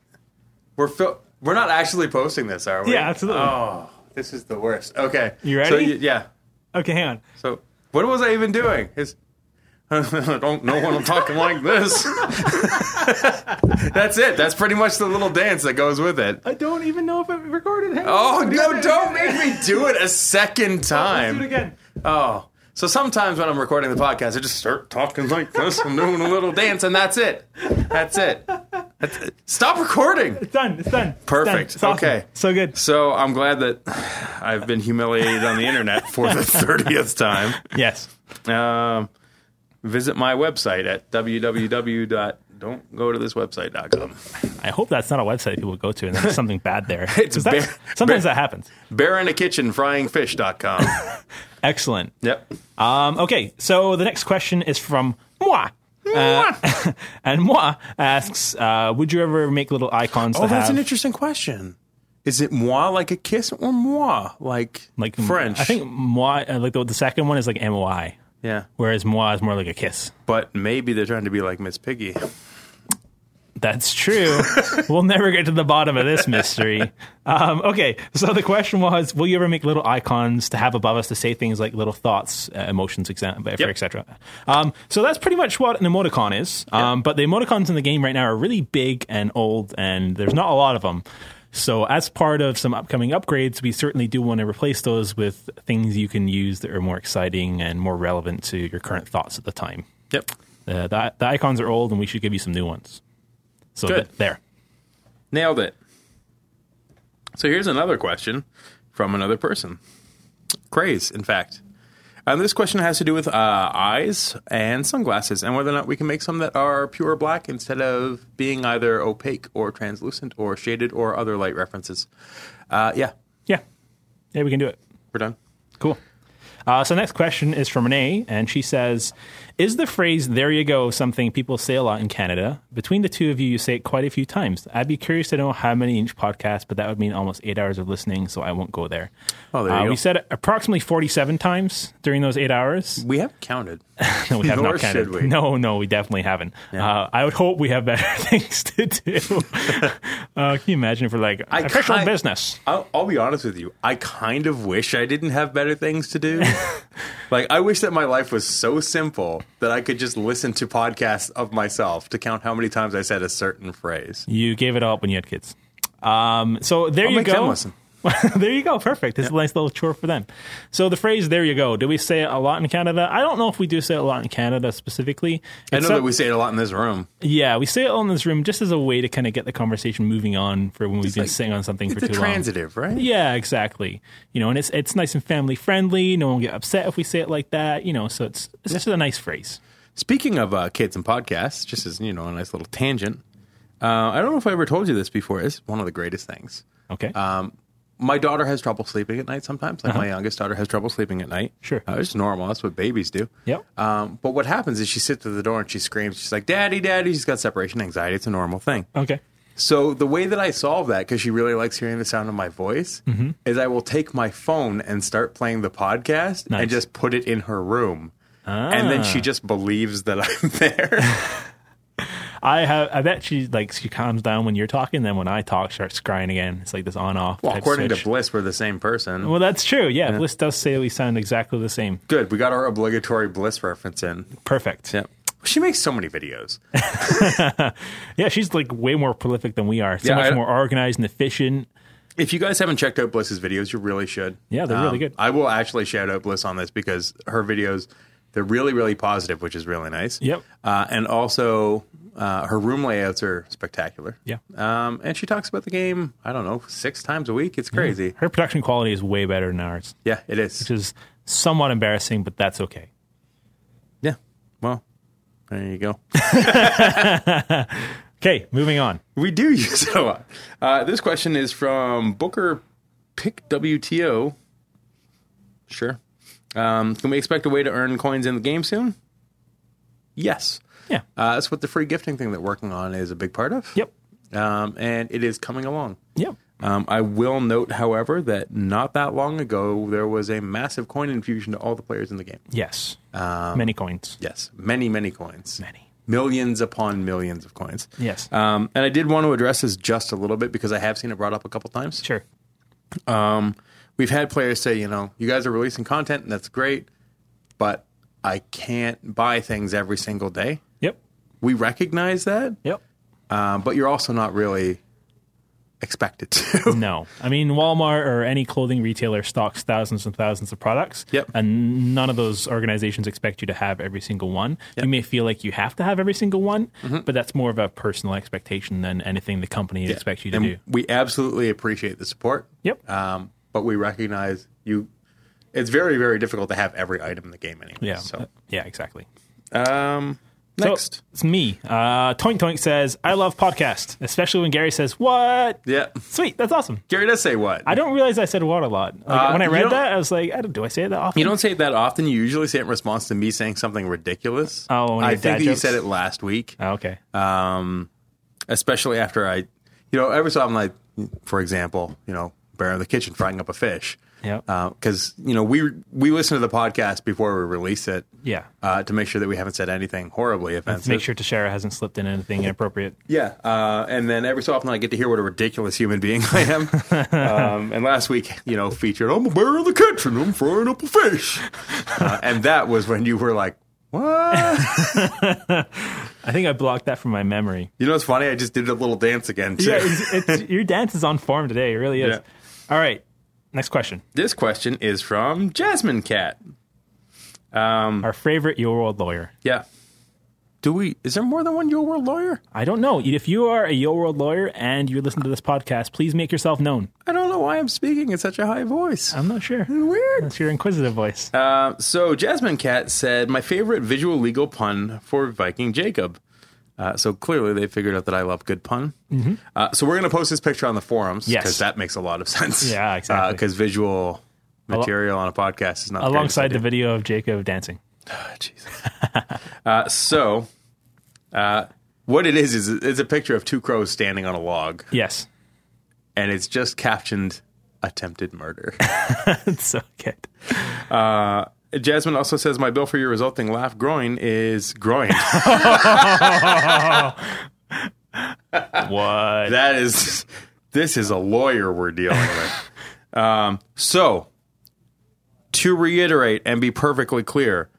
A: We're fil- we're not actually posting this, are we?
B: Yeah, absolutely.
A: Oh, this is the worst. Okay.
B: You
A: So,
B: ready?
A: y- yeah.
B: Okay, hang on.
A: So what was I even doing? It's, <laughs> I don't know when I'm talking like this. <laughs> That's it. That's pretty much the little dance that goes with it.
B: I don't even know if it recorded. Hang
A: Oh
B: on.
A: no! Don't make me do it a second
B: Let's do it
A: time.
B: again.
A: Oh, so sometimes when I'm recording the podcast, I just start talking like this. I'm doing a little dance, and that's it. That's it. That's it. Stop recording.
B: It's done. It's done. It's
A: Perfect.
B: done. It's awesome.
A: Okay.
B: So good.
A: So I'm glad that <sighs> I've been humiliated on the internet for the <laughs> thirtieth time.
B: Yes.
A: Um, visit my website at www. Don't go to this website.com.
B: I hope that's not a website people go to and there's something
A: <laughs>
B: bad there. 'Cause that's-
A: bare-
B: sometimes that happens.
A: Bear in a kitchen frying fish.com.
B: Excellent.
A: <laughs> Yep.
B: Um, okay, so the next question is from Moi. Uh, <laughs> and Moi asks, uh, would you ever make little icons
A: Oh,
B: to
A: that's
B: have
A: an interesting question. Is it moi like a kiss or moi like
B: like
A: French?
B: I think Moi, uh, like the, the second one is like MOI,
A: yeah,
B: whereas Moi is more like a kiss.
A: but maybe they're trying to be like Miss Piggy.
B: That's true. we'll never get to the bottom of this mystery. Um, okay, so the question was, will you ever make little icons to have above us to say things like little thoughts, uh, emotions, exam-
A: Yep.
B: etc. Um, so that's pretty much what an emoticon is. Um, But the emoticons in the game right now are really big and old, and there's not a lot of them. So as part of some upcoming upgrades, we certainly do want to replace those with things you can use that are more exciting and more relevant to your current thoughts at the time.
A: Yep.
B: Uh, the, the icons are old, and we should give you some new ones. So
A: Good.
B: th- there.
A: Nailed it. So here's another question from another person. Craze, in fact. And this question has to do with uh, eyes and sunglasses and whether or not we can make some that are pure black instead of being either opaque or translucent or shaded or other light references. Uh, yeah,
B: Yeah. Yeah, we can do it.
A: we're done.
B: Cool. Uh, so, next question is from Renee, and she says Is the phrase, there you go, something people say a lot in Canada? Between the two of you, you say it quite a few times. I'd be curious to know how many in each podcast, but that would mean almost eight hours of listening, so I won't go there.
A: Oh, there you
B: uh,
A: go.
B: We said it approximately 47 times during those eight hours.
A: We haven't counted.
B: No, <laughs> we have
A: Nor
B: not counted.
A: should we.
B: No, no, we definitely haven't. Uh, I would hope we have better <laughs> things to do.
A: <laughs>
B: uh, can you imagine if we're like,
A: I
B: official
A: kind-
B: business?
A: I'll, I'll be honest with you. I kind of wish I didn't have better things to <laughs> do. like, I wish that my life was so simple that I could just listen to podcasts of myself to count how many times I said a certain phrase.
B: You gave it up when you had kids. Um, so there
A: I'll
B: you
A: make
B: go. <laughs>
A: them listen.
B: there you go. Perfect. It's a nice little chore for them. So the phrase "there you go." Do we say it a lot in Canada? I don't know if we do say it a lot in Canada specifically.
A: I know
B: It's some-
A: that we say it a lot in this room.
B: yeah, we say it all in this room just as a way to kind of get the conversation moving on for when we've been
A: like-
B: sitting on something for
A: It's a
B: too long.
A: transitive, right?
B: Yeah, exactly. You know, and it's it's nice and family friendly. No one will get upset if we say it like that. You know, so it's it's just a nice phrase.
A: Speaking of uh, kids and podcasts, just as, you know, a nice little tangent. Uh, I don't know if I ever told you this before. It's one of the greatest things.
B: Okay.
A: Uh, my daughter has trouble sleeping at night sometimes. Like my youngest daughter has trouble sleeping at night.
B: Sure.
A: Uh, it's normal. That's what babies do.
B: Yep.
A: Um, but what happens is she sits at the door and she screams. She's like, "Daddy, Daddy!" She's got separation anxiety. It's a normal thing.
B: okay.
A: So the way that I solve that, because she really likes hearing the sound of my voice, is I will take my phone and start playing the podcast
B: Nice.
A: and just put it in her room, and then she just believes that I'm <laughs> there.
B: I have. I bet she like she calms down when you're talking. Then when I talk, she starts crying again. It's like this on off.
A: well, according to Bliss, we're the same person.
B: well, that's true. Yeah, Bliss does say we sound exactly the same.
A: Good. We got our obligatory Bliss reference in.
B: Perfect.
A: Yep. She makes so many videos.
B: Yeah, she's like way more prolific than we are. So
A: Yeah,
B: much
A: I-
B: more organized and efficient.
A: If you guys haven't checked out Bliss's videos, you really should. Um,
B: Yeah, they're really good.
A: I will actually shout out Bliss on this because her videos, they're really, really positive, which is really nice.
B: Yep.
A: Uh, and also, uh, her room layouts are spectacular.
B: Yeah.
A: Um, and she talks about the game, I don't know, six times a week. It's crazy.
B: Her production quality is way better than ours,
A: Yeah, it is.
B: which is somewhat embarrassing, but that's okay.
A: Yeah. Well, there you go.
B: Okay, moving on.
A: We do <laughs> use it a lot. Uh, this question is from Booker Pick WTO. Sure. Um, can we expect a way to earn coins in the game soon? Yes.
B: Yeah.
A: Uh, that's what the free gifting thing that we're working on is a big part of.
B: Yep.
A: Um, and it is coming along.
B: Yep.
A: Um, I will note, however, that not that long ago, there was a massive coin infusion to all the players in the game.
B: Yes. Many coins.
A: Yes, many, Um, many coins.
B: Many.
A: Millions upon millions of coins.
B: Yes.
A: Um, and I did want to address this just a little bit because I have seen it brought up a couple times.
B: Sure.
A: We've had players say, you know, you guys are releasing content and that's great, but I can't buy things every single day.
B: Yep.
A: We recognize that,
B: Yep.
A: um, but you're also not really expected
B: <laughs>
A: to.
B: No. I mean, Walmart or any clothing retailer stocks thousands and thousands of products.
A: Yep.
B: And none of those organizations expect you to have every single one. You may feel like you have to have every single one,
A: Mm-hmm.
B: but that's more of a personal expectation than anything the company expects you to
A: and
B: do.
A: we absolutely appreciate the support.
B: Yep.
A: Um, but we recognize you. It's very, very difficult to have every item in the game anyway.
B: Yeah. Uh,
A: So,
B: yeah, exactly.
A: um, next.
B: So, it's me. Uh, Toink Toink says, I love podcasts, especially when Gary says, What?
A: yeah.
B: Sweet. That's awesome.
A: Gary does say what?
B: I don't realize I said what a lot. Like,
A: Uh,
B: when I
A: you
B: read
A: don't-
B: that, I was like, I don't, do I say it that often?
A: You don't say it that often. You usually say it in response to me saying something ridiculous.
B: Oh, one of
A: I
B: your dad
A: think that you
B: jokes?
A: said it last week,
B: Oh, okay.
A: um, especially after I, you know, every so often, like, for example, you know, Bear in the kitchen frying up a fish.
B: Yep.
A: Because, you know, we we listen to the podcast before we release it
B: yeah.
A: uh, to make sure that we haven't said anything horribly offensive.
B: To make sure Tashara hasn't slipped in anything inappropriate.
A: Yeah, uh, and then every so often I get to hear what a ridiculous human being I
B: <laughs>
A: am. um, and last week, you know, featured I'm a bear in the kitchen, I'm frying up a fish, uh, and that was when you were like, "What?"
B: I think I blocked that from my memory.
A: you know, it's funny. I just did a little dance again too.
B: <laughs> Yeah, it's, it's, your dance is on form today. It really is.
A: Yeah.
B: All right. Next question.
A: <laughs> this question is from Jasmine Cat.
B: Our favorite Your World lawyer.
A: Yeah. Do we? Is there more than one Your World lawyer?
B: I don't know. If you are a Your World lawyer and you listen to this podcast, please make yourself known.
A: I don't know why I'm speaking in such a high voice.
B: I'm not sure.
A: Weird.
B: That's your inquisitive voice.
A: Uh, so Jasmine Cat said, "My favorite visual legal pun for Viking Jacob." Uh, so clearly, they figured out that I love good pun. Uh, so we're going to post this picture on the forums
B: Mm-hmm. Yes.
A: because that makes a lot of sense.
B: Yeah, exactly.
A: Because visual material on a podcast is not the greatest
B: Alongside the
A: idea.
B: video of Jacob dancing.
A: Jesus. Ah, <laughs> uh, so, uh, what it is is it's a picture of two crows standing on a log,
B: Yes. <laughs>
A: and it's just captioned "attempted murder." <laughs>
B: It's so good.
A: Jasmine also says, "My bill for your resulting laugh groin is groin."
B: What?
A: That is, this is a lawyer we're dealing with. Um, so, to reiterate and be perfectly clear,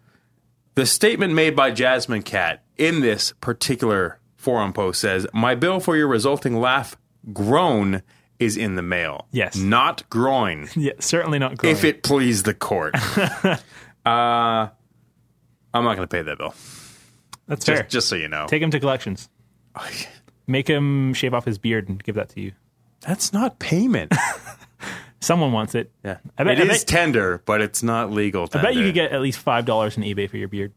A: the statement made by Jasmine Cat in this particular forum post says, "My bill for your resulting laugh groan is in the mail.
B: Yes.
A: not
B: <laughs>
A: groin.
B: Yeah, certainly not growing.
A: if it please the
B: <laughs>
A: court." uh, I'm not going to pay that bill.
B: That's fair.
A: Just, just so you know,
B: Take him
A: <laughs>
B: to collections. Make him shave off his beard and give that to you.
A: that's not <laughs> payment.
B: Someone wants it.
A: Yeah.
B: I bet-
A: it
B: I
A: is
B: bet-
A: tender, but it's not legal.
B: I
A: Tender.
B: bet you could get at least five dollars on eBay for your beard.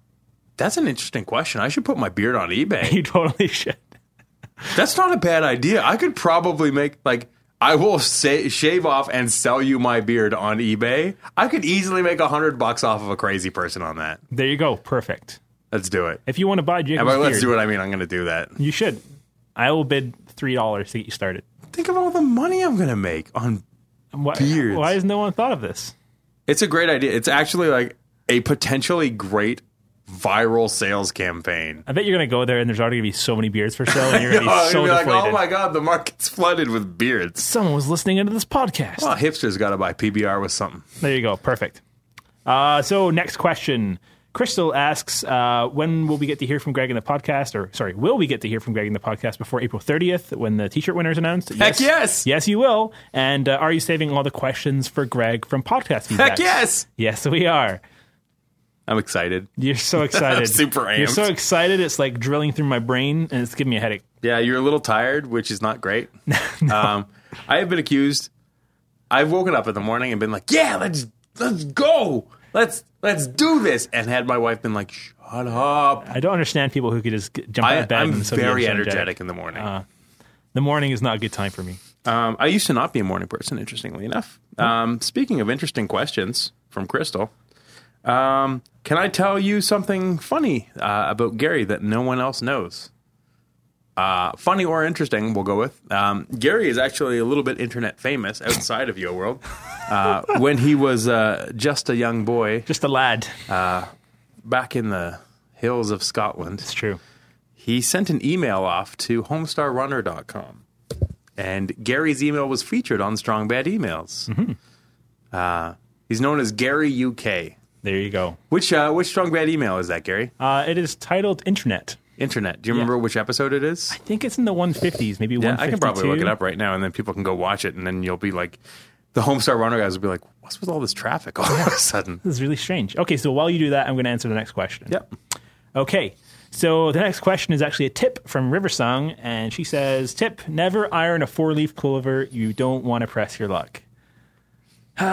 B: <laughs>
A: That's an interesting question. I should put my beard on eBay. <laughs>
B: You totally should.
A: That's not a bad idea. I could probably make like I will say, shave off and sell you my beard on eBay. I could easily make a hundred bucks off of a crazy person on that.
B: There you go. Perfect.
A: Let's do it.
B: If you want to buy Jacob's
A: But let's
B: beard,
A: do what I mean. I'm going to do that.
B: you should. I will bid three dollars to get you started.
A: Think of all the money I'm going to make on.
B: Why,
A: Beards.
B: Why has no one thought of this?
A: It's a great idea. It's actually like a potentially great viral sales campaign.
B: I bet you're gonna go there and there's already gonna be so many beards for sale, and
A: <laughs>
B: you're gonna
A: Oh,
B: be
A: I'd
B: so
A: be like,
B: deflated.
A: oh my god, the market's flooded with beards.
B: Someone was listening into this podcast.
A: Well, hipsters got to buy PBR with something.
B: There you go. Perfect. Uh, so next question Crystal asks, uh, when will we get to hear from Greg in the podcast? Or, sorry, will we get to hear from Greg in the podcast before April 30th when the t shirt winner is announced?
A: Heck yes!
B: Yes, you will. And uh, are you saving all the questions for Greg from podcast feedback?
A: Heck yes!
B: Yes, we are.
A: I'm excited. <laughs>
B: You're so excited.
A: super
B: You're
A: amped.
B: so excited. It's like drilling through my brain and it's giving me a headache.
A: Yeah, you're a little tired, which is not great. um, I have been accused. I've woken up in the morning and been like, "Yeah, let's let's go, let's let's do this," and had my wife been like, "Shut up."
B: I don't understand people who could just g- jump out
A: I,
B: of bed.
A: I'm
B: and suddenly
A: very
B: get
A: energetic. in the morning.
B: The morning is not a good time for me.
A: um, I used to not be a morning person, interestingly enough. Um, speaking of interesting questions from Crystal, um, can I tell you something funny uh, about Gary that no one else knows? Uh, funny or interesting, we'll go with. Um, Gary is actually a little bit internet famous outside of your world. Uh, when he was uh, just a young boy
B: Just a lad.
A: back in the hills of Scotland,
B: It's true.
A: he sent an email off to homestarrunner.com. And Gary's email was featured on Strong Bad Emails. Uh, he's known as Gary UK.
B: There you go.
A: Which uh, which Strong Bad Email is that, Gary?
B: Uh, it is titled Internet.
A: Internet. Do you remember which episode it is?
B: I think it's in the 150s, maybe
A: Yeah,
B: 152.
A: I can probably look it up right now, and then people can go watch it, and then you'll be like, the Homestar Runner guys will be like, what's with all this traffic all of a sudden?
B: This is really strange. Okay, so while you do that, I'm going to answer the next question.
A: Yep.
B: Okay, so the next question is actually a tip from Riversong, and she says, "Tip: Never iron a four-leaf clover. You don't want to press your luck."
A: Uh,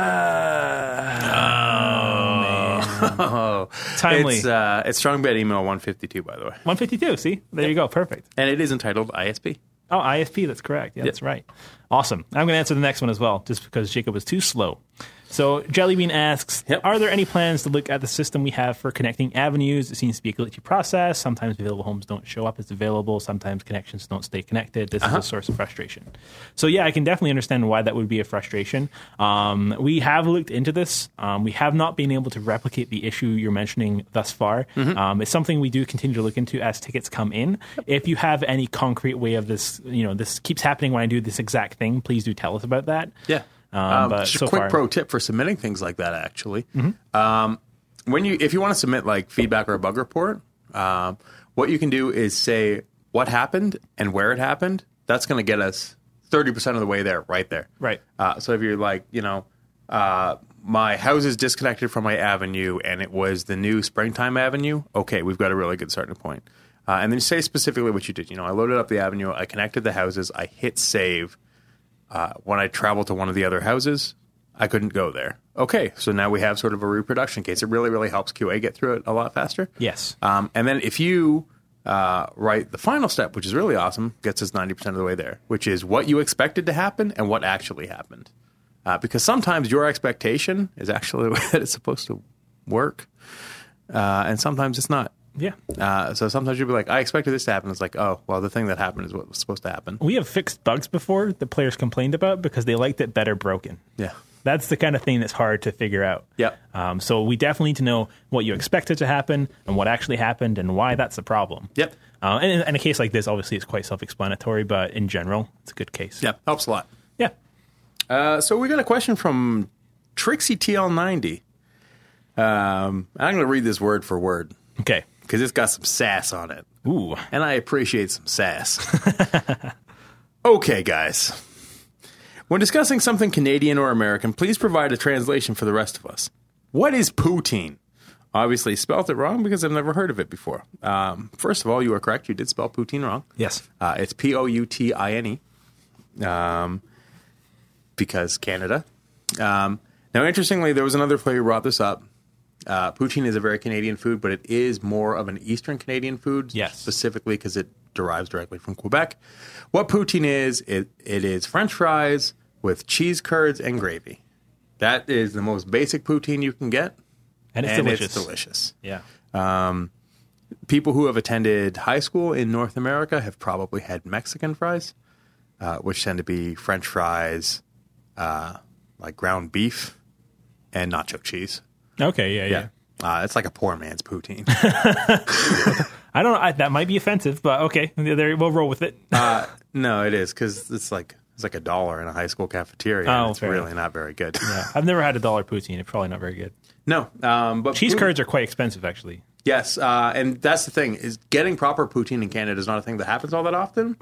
B: oh, man. timely.
A: It's, uh, it's Strong Bad Email 152, by the way.
B: 152. See, there you go. Perfect.
A: And it is entitled ISP.
B: Oh, ISP. That's correct. Yeah, that's right. Awesome. I'm going to answer the next one as well, just because Jacob was too slow. So Jellybean asks,
A: Yep.
B: are there any plans to look at the system we have for connecting avenues? It seems to be a glitchy process. Sometimes available homes don't show up as available. Sometimes connections don't stay connected. This is a source of frustration. So yeah, I can definitely understand why that would be a frustration. Um, we have looked into this. Um, we have not been able to replicate the issue you're mentioning thus far.
A: Mm-hmm.
B: Um, it's something we do continue to look into as tickets come in. If you have any concrete way of this, you know, this keeps happening when I do this exact thing, please do tell us about that.
A: Yeah.
B: Um, but
A: just
B: so
A: a quick
B: far- Mm-hmm.
A: pro tip for submitting things like that, actually. Um, when you, if you want to submit like feedback or a bug report, um, what you can do is say what happened and where it happened. That's going to get us thirty percent of the way there, right there.
B: Right.
A: Uh, so if you're like, you know, uh, my house is disconnected from my avenue, and it was the new Springtime Avenue. Okay, we've got a really good starting point. Uh, and then say specifically what you did. You know, I loaded up the avenue, I connected the houses, I hit save when I traveled to one of the other houses, I couldn't go there. Okay, so now we have sort of a reproduction case. It really, really helps QA get through it a lot faster.
B: Yes.
A: Um, and then if you uh, write the final step, which is really awesome, gets us 90% of the way there, which is what you expected to happen and what actually happened. Uh, because sometimes your expectation is actually <laughs> the way that it's supposed to work, uh, and sometimes it's not.
B: Yeah.
A: Uh, so sometimes you'll be like, I expected this to happen. It's like, oh, well, the thing that happened is what was supposed to happen.
B: We have fixed bugs before that players complained about because they liked it better broken.
A: Yeah.
B: That's the kind of thing that's hard to figure out.
A: Yep.
B: Um, so we definitely need to know what you expected to happen and what actually happened and why that's the problem.
A: Yep.
B: Uh, and in- in a case like this, obviously it's quite self-explanatory, but in general, it's a good case.
A: Yeah. Helps a lot.
B: Yeah.
A: Uh, so we got a question from Trixie TL90. Um, I'm going to read this word for word
B: Okay.
A: because it's got some sass on it,
B: Ooh.
A: and I appreciate some sass. okay, guys. When discussing something Canadian or American, please provide a translation for the rest of us. What is poutine? Obviously, spelt it wrong because I've never heard of it before. Um, first of all, you are correct. You did spell poutine wrong.
B: Yes.
A: Uh, it's P O U T I N E, um, because Canada. Um, now, interestingly, there was another player who brought this up. Uh, poutine is a very Canadian food, but it is more of an Eastern Canadian food,
B: Yes.
A: specifically because it derives directly from Quebec. What poutine is, it, it is French fries with cheese curds and gravy. That is the most basic poutine you can get,
B: And it's
A: and
B: delicious.
A: it's delicious
B: Yeah.
A: people who have attended high school in North America have probably had Mexican fries, uh, which tend to be French fries, uh, like ground beef, and nacho cheese.
B: Okay. Yeah. Yeah.
A: Uh, it's like a poor man's
B: <laughs>
A: poutine.
B: I don't know. I, that might be offensive, but okay. There, we'll roll with it.
A: uh, no, it is because it's like It's like a dollar in a high school cafeteria.
B: Oh,
A: and it's
B: fair
A: really
B: enough.
A: not very good.
B: Yeah, I've never had a dollar poutine. It's probably not very good.
A: <laughs> no, um, but
B: Cheese
A: poutine-
B: curds are quite expensive, actually.
A: Yes, uh, and that's the thing is getting proper poutine in Canada is not a thing that happens all that often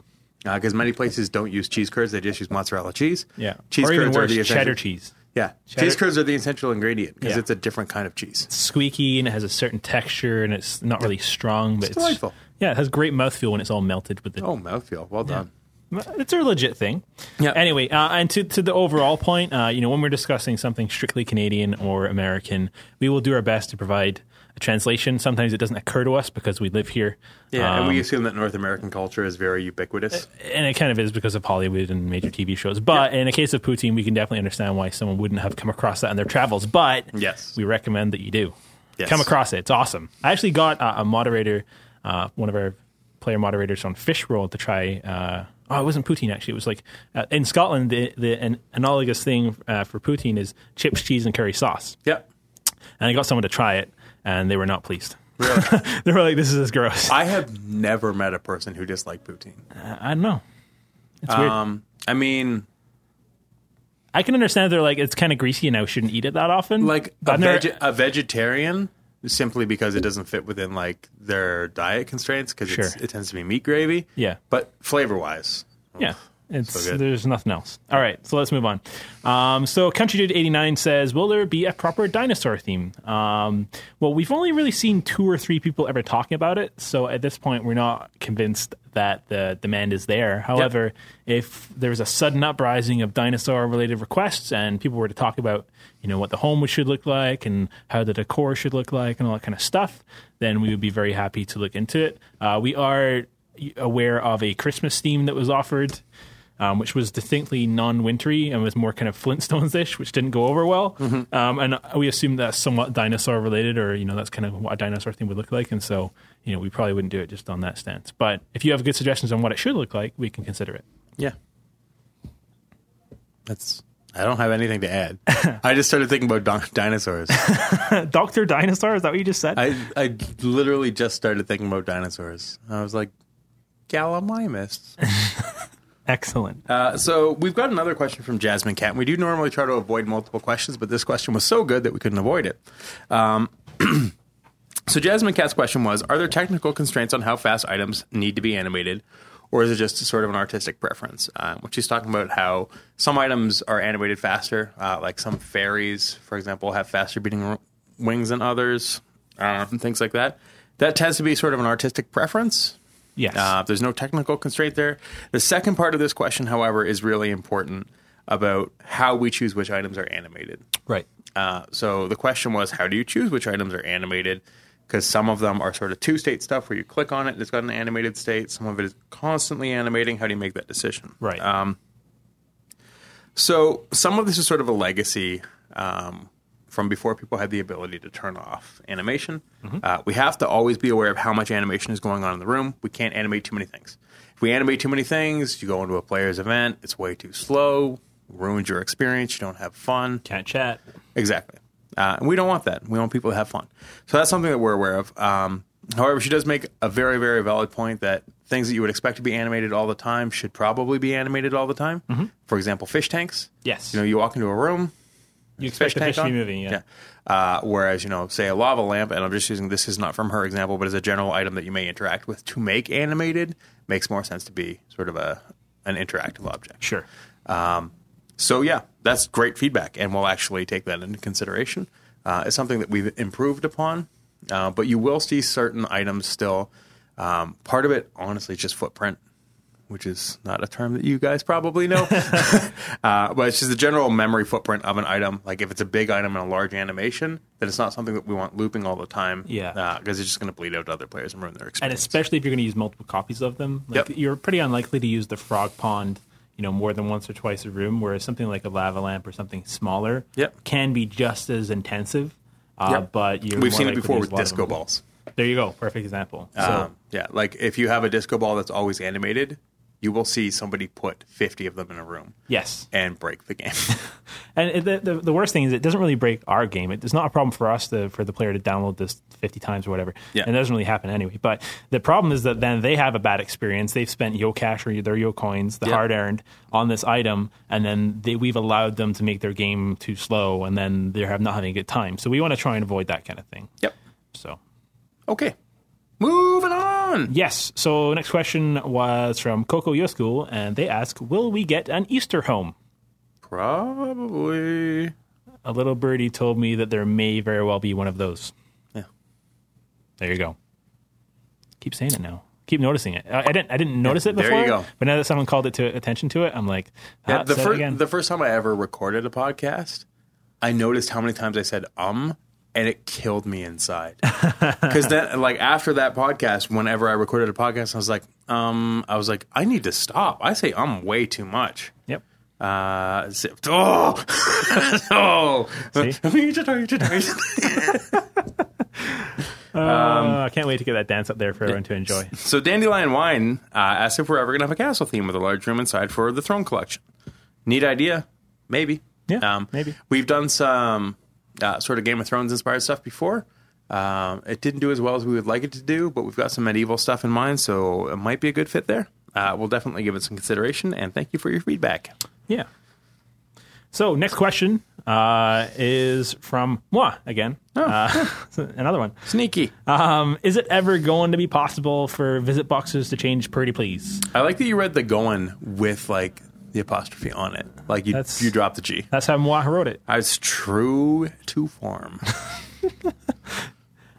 A: because many places don't use cheese curds; they just use mozzarella cheese.
B: Yeah,
A: cheese
B: or even
A: curds
B: worse,
A: are the essential,
B: cheddar cheese.
A: Yeah,
B: cheddar-
A: cheese curds are the essential ingredient because
B: Yeah.
A: it's a different kind of cheese.
B: Squeaky and it has a certain texture and it's not really strong, but it's,
A: delightful.
B: Yeah, it has great mouthfeel when it's all melted with the
A: Oh, mouthfeel, well done.
B: It's a legit thing.
A: Yeah.
B: Anyway, uh, and to, to the overall point, uh, you know, when we're discussing something strictly Canadian or American, we will do our best to provide a translation. Sometimes it doesn't occur to us because we live here.
A: Yeah,
B: Um,
A: and we assume that North American culture is very ubiquitous.
B: and it kind of is because of Hollywood and major TV shows. But in the case of poutine, we can definitely understand why someone wouldn't have come across that in their travels. But
A: Yes.
B: we recommend that you do
A: Yes.
B: come across it. It's awesome. I actually got uh, a moderator, uh, one of our player moderators on Fishroll to try. Uh, oh, it wasn't poutine actually. It was like uh, in Scotland, the, the an analogous thing uh, for poutine is chips, cheese, and curry sauce.
A: Yep.
B: And I got someone to try it, and they were not pleased. <laughs> they were like, "This is gross." I,
A: I have never met a person who disliked poutine.
B: I don't know. It's weird.
A: Um, I mean,
B: I can understand they're like it's kind of greasy and I shouldn't eat it that often.
A: like
B: But
A: a,
B: I've never-
A: veg- a vegetarian simply because it doesn't fit within like their diet constraints because
B: Sure.
A: it tends to be meat gravy.
B: Yeah.
A: but flavor wise,
B: yeah, it's
A: so good.
B: there's nothing else. All right, so let's move on. Um, so Country Dude eighty nine says, "Will there be a proper dinosaur theme?" Um, well, we've only really seen two or three people ever talking about it, so at this point, we're not convinced that the demand is there. However, if there was a sudden uprising of dinosaur related requests and people were to talk about, you know, what the home should look like and how the decor should look like and all that kind of stuff, then we would be very happy to look into it. Uh, we are aware of a Christmas theme that was offered, um, which was distinctly non-wintry and was more kind of Flintstones-ish, which didn't go over well. Um, and we assumed that's somewhat dinosaur-related, or you know, that's kind of what a dinosaur theme would look like. And so, you know, we probably wouldn't do it just on that stance. But if you have good suggestions on what it should look like, we can consider it.
A: yeah. That's I don't have anything to
B: <laughs>
A: add. I just started thinking about don- dinosaurs.
B: <laughs> Doctor Dinosaur is that what you just said?
A: I I literally just started thinking about dinosaurs. I was like, Gallimimus.
B: Excellent.
A: Uh, so we've got another question from Jasmine Cat. We do normally try to avoid multiple questions, but this question was so good that we couldn't avoid it. Um, <clears throat> so Jasmine Cat's question was: Are there technical constraints on how fast items need to be animated, or is it just sort of an artistic preference? Uh, when she's talking about how some items are animated faster, uh, like some fairies, for example, have faster beating r- wings than others, um, and things like that. That tends to be sort of an artistic preference.
B: yes.
A: Uh, there's no technical constraint there. The second part of this question, however, is really important about how we choose which items are animated.
B: right.
A: Uh, so the question was, how do you choose which items are animated? Because some of them are sort of two state stuff where you click on it and it's got an animated state. Some of it is constantly animating. How do you make that decision?
B: Right.
A: Um, so some of this is sort of a legacy um, from before people had the ability to turn off animation. Uh, we have to always be aware of how much animation is going on in the room. We can't animate too many things. If we animate too many things, you go into a player's event, it's way too slow, ruins your experience, you don't have fun.
B: Can't chat.
A: Exactly. Uh, and we don't want that. We want people to have fun. So that's something that we're aware of. Um, however, she does make a very, very valid point that things that you would expect to be animated all the time should probably be animated all the time. For example, fish tanks.
B: Mm-hmm. Yes.
A: You know, you walk into a room,
B: You expect the
A: tank
B: fish to be
A: on?
B: moving. Yeah.
A: Uh, whereas, you know, say a lava lamp, and I'm just using this is not from her example, but as a general item that you may interact with to make animated, makes more sense to be sort of a an interactive object.
B: Sure.
A: So yeah, that's great feedback, and we'll actually take that into consideration. Uh, it's something that we've improved upon, uh, but you will see certain items still. Um, part of it, honestly, is just footprint, which is not a term that you guys probably
B: <laughs>
A: know, <laughs> uh, but it's just the general memory footprint of an item. Like if it's a big item in a large animation, then it's not something that we want looping all the time,
B: Yeah.
A: because it's just going to bleed out to other players and ruin their
B: and
A: experience.
B: especially if you're going to use multiple copies of them, like
A: Yep.
B: you're pretty unlikely to use the frog pond, you know, more than once or twice a room. Whereas something like a lava lamp or something smaller
A: Yep.
B: can be just as intensive. Uh,
A: Yep.
B: But you're
A: We've
B: more
A: seen it
B: likely to
A: before
B: use
A: with
B: a lot of
A: disco
B: them.
A: balls.
B: There you go, perfect example. So
A: Um, yeah, like if you have a disco ball that's always animated, you will see somebody put 50 of them in a room
B: yes, <laughs>
A: and break the game.
B: And it, the, the the worst thing is it doesn't really break our game. It, it's not a problem for us to for the player to download this fifty times or whatever.
A: Yeah.
B: And it doesn't really happen anyway. But the problem is that then they have a bad experience. They've spent yo cash or their yo coins, the
A: Yeah.
B: hard earned, on this item, and then they, we've allowed them to make their game too slow, and then they're have- not having a good time. So we want to try and avoid that kind of thing.
A: Yep.
B: So.
A: Okay. Moving on.
B: Yes. So next question was from Coco Yoskul, and they ask, "Will we get an Easter home?"
A: Probably.
B: A little birdie told me that there may very well be one of those.
A: Yeah.
B: There you go. Keep saying it now. Keep noticing it. I, I didn't. I didn't notice it
A: There
B: before.
A: you go.
B: But now that someone called it to attention to it, I'm like,
A: Yeah,
B: ah,
A: the
B: said it again.
A: first the first time I ever recorded a podcast, I noticed how many times I said um, and it killed me
B: <laughs>
A: inside. Because then, like after that podcast, whenever I recorded a podcast, I was like, um, I was like, I need to stop. I say um way too much.
B: yep.
A: Uh, it's- oh, <laughs> oh. <laughs> Um,
B: Uh, I can't wait to get that dance up there for everyone to enjoy.
A: So Dandelion Wine uh, asked if we're ever going to have a castle theme with a large room inside for the throne collection. Neat idea, maybe. Um,
B: Yeah, maybe.
A: We've done some uh, sort of Game of Thrones inspired stuff before. Um, it didn't do as well as we would like it to do, but we've got some medieval stuff in mind, so it might be a good fit there. Uh, we'll definitely give it some consideration, and thank you for your feedback.
B: Yeah. So next question uh, is from moi again.
A: Oh.
B: Uh, <laughs> another one.
A: Sneaky.
B: Um, is it ever going to be possible for visit boxes to change pretty please?
A: I like that you read the going with like the apostrophe on it, like you
B: That's-
A: you dropped the G.
B: That's how Moi wrote it.
A: I was true to form.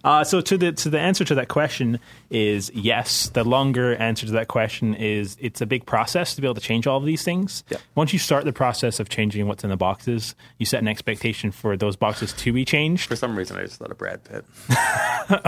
B: Uh, so to the to the answer to that question is yes. The longer answer to that question is it's a big process to be able to change all of these things.
A: Yeah.
B: Once you start the process of changing what's in the boxes, you set an expectation for those boxes to be
A: <laughs>
B: changed. <laughs>
A: For some reason, I just thought of Brad Pitt.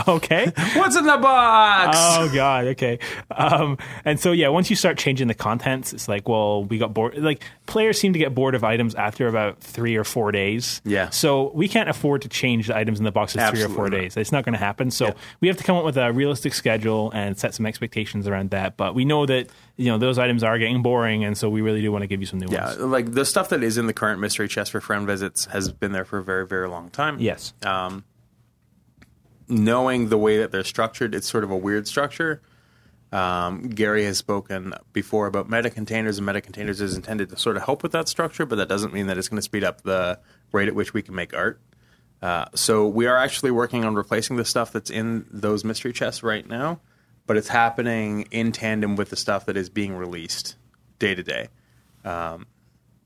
B: okay.
A: What's in the box?
B: Oh God. Okay. Um, and so yeah, once you start changing the contents, it's like, well, we got bored. Like players seem to get bored of items after about three or four days.
A: Yeah.
B: So we can't afford to change the items in the boxes three or
A: Absolutely
B: four
A: not.
B: days. It's not going to happen. So we have to come up with a realistic schedule and set some expectations around that. But we know that you know those items are getting boring, and so we really do want to give you some new
A: yeah,
B: ones.
A: like the stuff that is in the current mystery chest for friend visits has been there for a very, very long time.
B: Yes.
A: Um, knowing the way that they're structured, it's sort of a weird structure. Um, Gary has spoken before about meta containers, and meta containers is intended to sort of help with that structure, but that doesn't mean that it's going to speed up the rate at which we can make art. Uh, so we are actually working on replacing the stuff that's in those mystery chests right now, but it's happening in tandem with the stuff that is being released day to day. Um,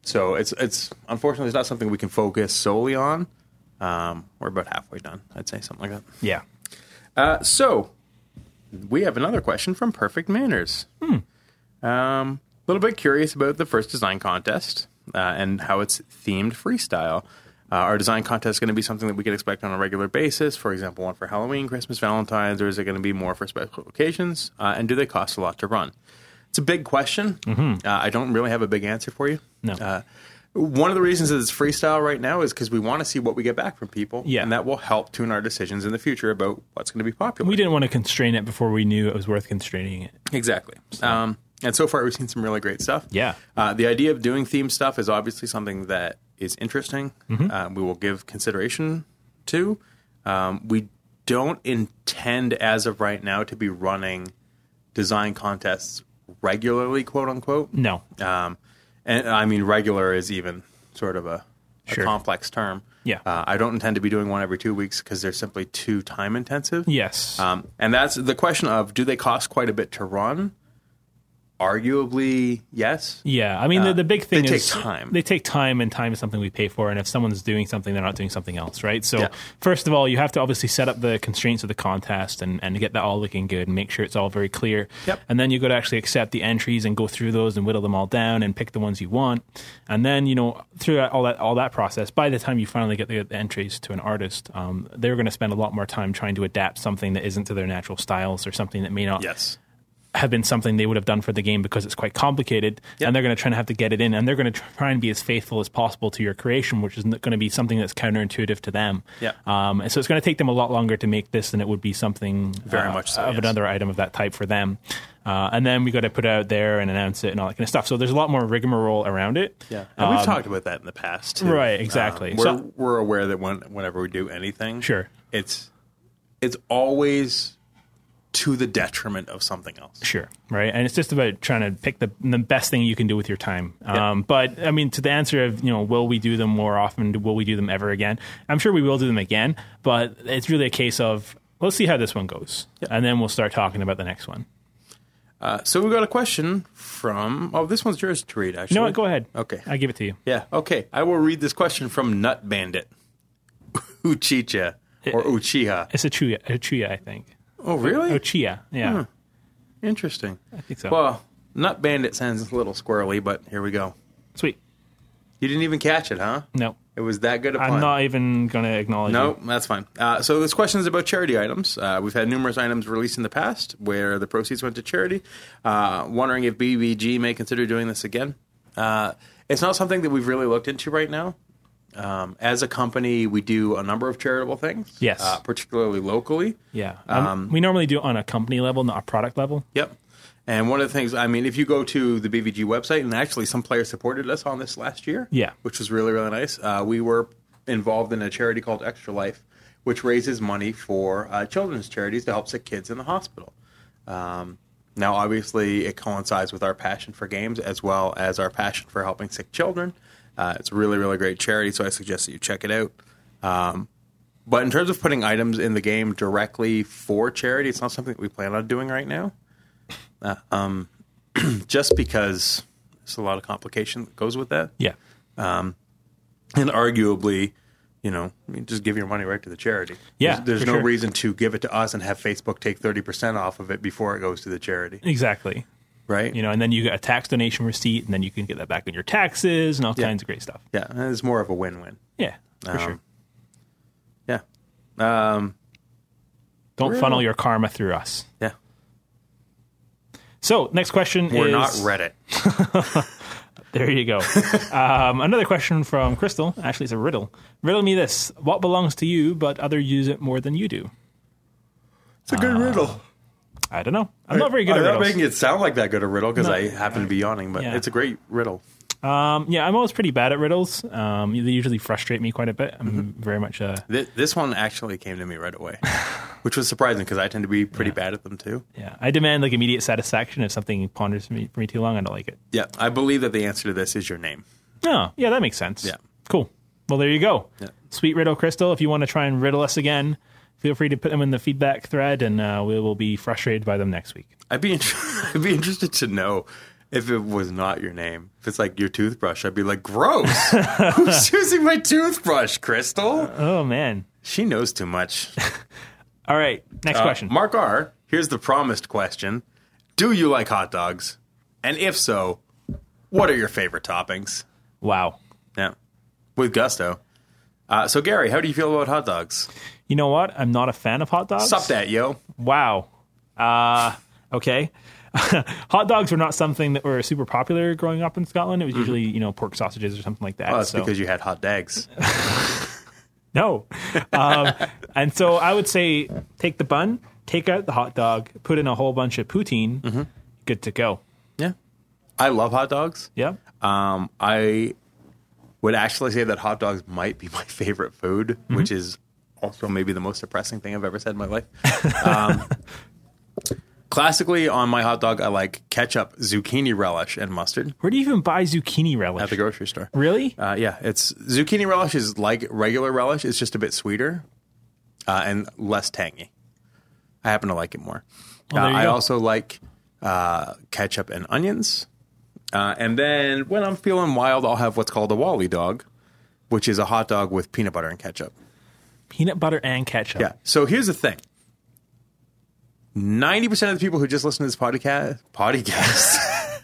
A: So it's it's unfortunately it's not something we can focus solely on. Um, we're about halfway done, I'd say something like that.
B: Yeah.
A: Uh, so we have another question from Perfect Manners.
B: Hmm.
A: Um, a little bit curious about the first design contest uh, and how it's themed freestyle. Uh, our design contest is going to be something that we could expect on a regular basis. For example, one for Halloween, Christmas, Valentine's, or is it going to be more for special occasions? Uh, and do they cost a lot to run? It's a big question. Uh, I don't really have a big answer for you.
B: Mm-hmm. No.
A: Uh, one of the reasons that it's freestyle right now is because we want to see what we get back from people,
B: Yeah.
A: and that will help tune our decisions in the future about what's going to be popular.
B: We didn't want to constrain it before we knew it was worth constraining it.
A: Exactly. Um, and so far, we've seen some really great stuff.
B: Yeah.
A: Uh, the idea of doing theme stuff is obviously something that is interesting.
B: Mm-hmm.
A: Uh, we will give consideration to. Um, we don't intend, as of right now, to be running design contests regularly, quote unquote.
B: No.
A: Um, and I mean, regular is even sort of a, a
B: Sure.
A: complex term.
B: Yeah.
A: Uh, I don't intend to be doing one every two weeks because they're simply too time intensive.
B: Yes.
A: Um, and that's the question of do they cost quite a bit to run? Arguably, yes.
B: Yeah, I mean the, the big
A: Uh, they
B: thing
A: take
B: is
A: time.
B: They take time, and time is something we pay for. And if someone's doing something, they're not doing something else, right? So
A: Yeah.
B: first of all, you have to obviously set up the constraints of the contest and, and get that all looking good and make sure it's all very clear.
A: Yep.
B: And then you got to actually accept the entries and go through those and whittle them all down and pick the ones you want. And then you know through that- all that all that process, by the time you finally get the, the entries to an artist, um, they're going to spend a lot more time trying to adapt something that isn't to their natural styles or something that may not
A: Yes.
B: have been something they would have done for the game because it's quite complicated,
A: Yep.
B: and they're going to try and have to get it in, and they're going to try and be as faithful as possible to your creation, which is going to be something that's counterintuitive to them.
A: Yep.
B: Um, and so it's going to take them a lot longer to make this than it would be something uh,
A: Very much so,
B: of
A: yes.
B: another item of that type for them. Uh, and then we got to put it out there and announce it and all that kind of stuff. So there's a lot more rigmarole around it.
A: Yeah, and we've talked about that in the past, too.
B: Um, Right, exactly.
A: Um, we're,
B: So-
A: we're aware that when, whenever we do anything,
B: Sure.
A: it's it's always to the detriment of something else.
B: Sure. Right. And it's just about trying to pick the, the best thing you can do with your time. Um, But I mean, to the answer of, you know, will we do them more often? Will we do them ever again? I'm sure we will do them again, but it's really a case of let's see how this one goes. And then we'll start talking about the next one.
A: Uh, so we got a question from. Oh, this one's yours to read. Actually,
B: You know what? Go ahead.
A: Okay.
B: I give it to you.
A: Yeah. Okay. I will read this question from Nut Bandit <laughs> Uchicha or Uchiha.
B: It's a Chuya, a Chuya I think.
A: Oh, really?
B: Oh, Chia. Yeah.
A: Interesting.
B: I think so.
A: Well, Nut Bandit sounds a little squirrely, but here we go.
B: Sweet.
A: You didn't even catch it, huh?
B: No.
A: It was that good a pun.
B: I'm not even going to acknowledge you.
A: No, that's fine. Uh, so this question is about charity items. Uh, we've had numerous items released in the past where the proceeds went to charity. Uh, wondering if BBG may consider doing this again. Uh, it's not something that we've really looked into right now. Um, as a company, we do a number of charitable things.
B: Yes.
A: uh, particularly locally.
B: Yeah. Um, we normally do it on a company level, not a product level.
A: Yep. And one of the things, I mean, if you go to the BVG website, and actually some players supported us on this last year,
B: Yeah.
A: which was really really nice. Uh, we were involved in a charity called Extra Life, which raises money for uh, children's charities to help sick kids in the hospital. Um, now, obviously, it coincides with our passion for games as well as our passion for helping sick children. Uh, it's a really really great charity, so I suggest that you check it out. Um, but in terms of putting items in the game directly for charity, it's not something that we plan on doing right now just because there's a lot of complication that goes with that.
B: Yeah.
A: And arguably, you know, I mean, just give your money right to the charity.
B: Yeah,
A: There's, there's
B: for
A: no
B: sure.
A: reason to give it to us and have Facebook take 30% off of it before it goes to the charity,
B: Exactly.
A: right?
B: you know, and then you get a tax donation receipt, and then you can get that back on your taxes and all kinds of great stuff.
A: Yeah, Um, and it's more of a win win.
B: Yeah, for sure.
A: Yeah,
B: Don't
A: we're-
B: funnel your karma through us.
A: yeah.
B: So, next question
A: We're
B: is
A: not Reddit.
B: There
A: <laughs>
B: you go. um, another question from Crystal. Actually, it's a riddle. Riddle me this: What belongs to you, but other use it more than you do?
A: It's a good riddle.
B: I don't know. I'm Uh, not very good at
A: I'm not
B: riddles.
A: making it sound like that good a riddle because
B: No.
A: I happen to be yawning, but
B: Yeah.
A: it's a great riddle.
B: Um, yeah, I'm always pretty bad at riddles. Um, they usually frustrate me quite a bit. I'm
A: Mm-hmm.
B: very much a
A: Th- this one actually came to me right away, <laughs> which was surprising because I tend to be pretty bad at them too.
B: yeah. I demand like immediate satisfaction if something ponders me for me too long. I don't like it.
A: Yeah, I believe that the answer to this is your name.
B: Oh, yeah, that makes sense.
A: Yeah.
B: Cool. Well, there you go.
A: Yeah.
B: Sweet riddle, Crystal. If you want to try and riddle us again, feel free to put them in the feedback thread, and uh, we will be frustrated by them next week.
A: I'd be <laughs> int- I'd be interested to know if it was not your name. If it's like your toothbrush, I'd be like, gross. Who's using my toothbrush, Crystal?
B: Oh man.
A: She knows too much.
B: All right.
A: Uh,
B: Next question.
A: Mark R. Here's the promised question: Do you like hot dogs? And if so, what are your favorite toppings?
B: wow.
A: Yeah, with gusto. Uh, so Gary, how do you feel about hot dogs?
B: You know what? I'm not a fan of hot dogs.
A: Stop that, yo.
B: Wow. Uh, okay. <laughs> hot dogs were not something that were super popular growing up in Scotland. It was usually you know pork sausages or something like that.
A: Mm-hmm. Oh, that's
B: so-
A: because you had hot dags.
B: No. Um, and so I would say take the bun, take out the hot dog, put in a whole bunch of poutine,
A: Mm-hmm.
B: good to go.
A: Yeah, I love hot dogs.
B: Yeah.
A: Um, I would actually say that hot dogs might be <laughs> my favorite food, which is also maybe the most depressing thing I've ever said in my life. Um, classically, on my hot dog, I like ketchup, zucchini relish, and mustard
B: Where do you even buy zucchini relish?
A: at the grocery store.
B: really?
A: Uh, yeah, it's zucchini relish is like regular relish; it's just a bit sweeter uh, and less tangy. I happen to like it more.
B: there
A: Uh,
B: you
A: I
B: go.
A: also like uh, ketchup and onions. Uh, and then when I'm feeling wild, I'll have what's called a Wally dog, which is a hot dog with peanut butter and ketchup.
B: Peanut butter and ketchup.
A: Yeah. So here's the thing. Ninety percent of the people who just listen to this podcast, podcast,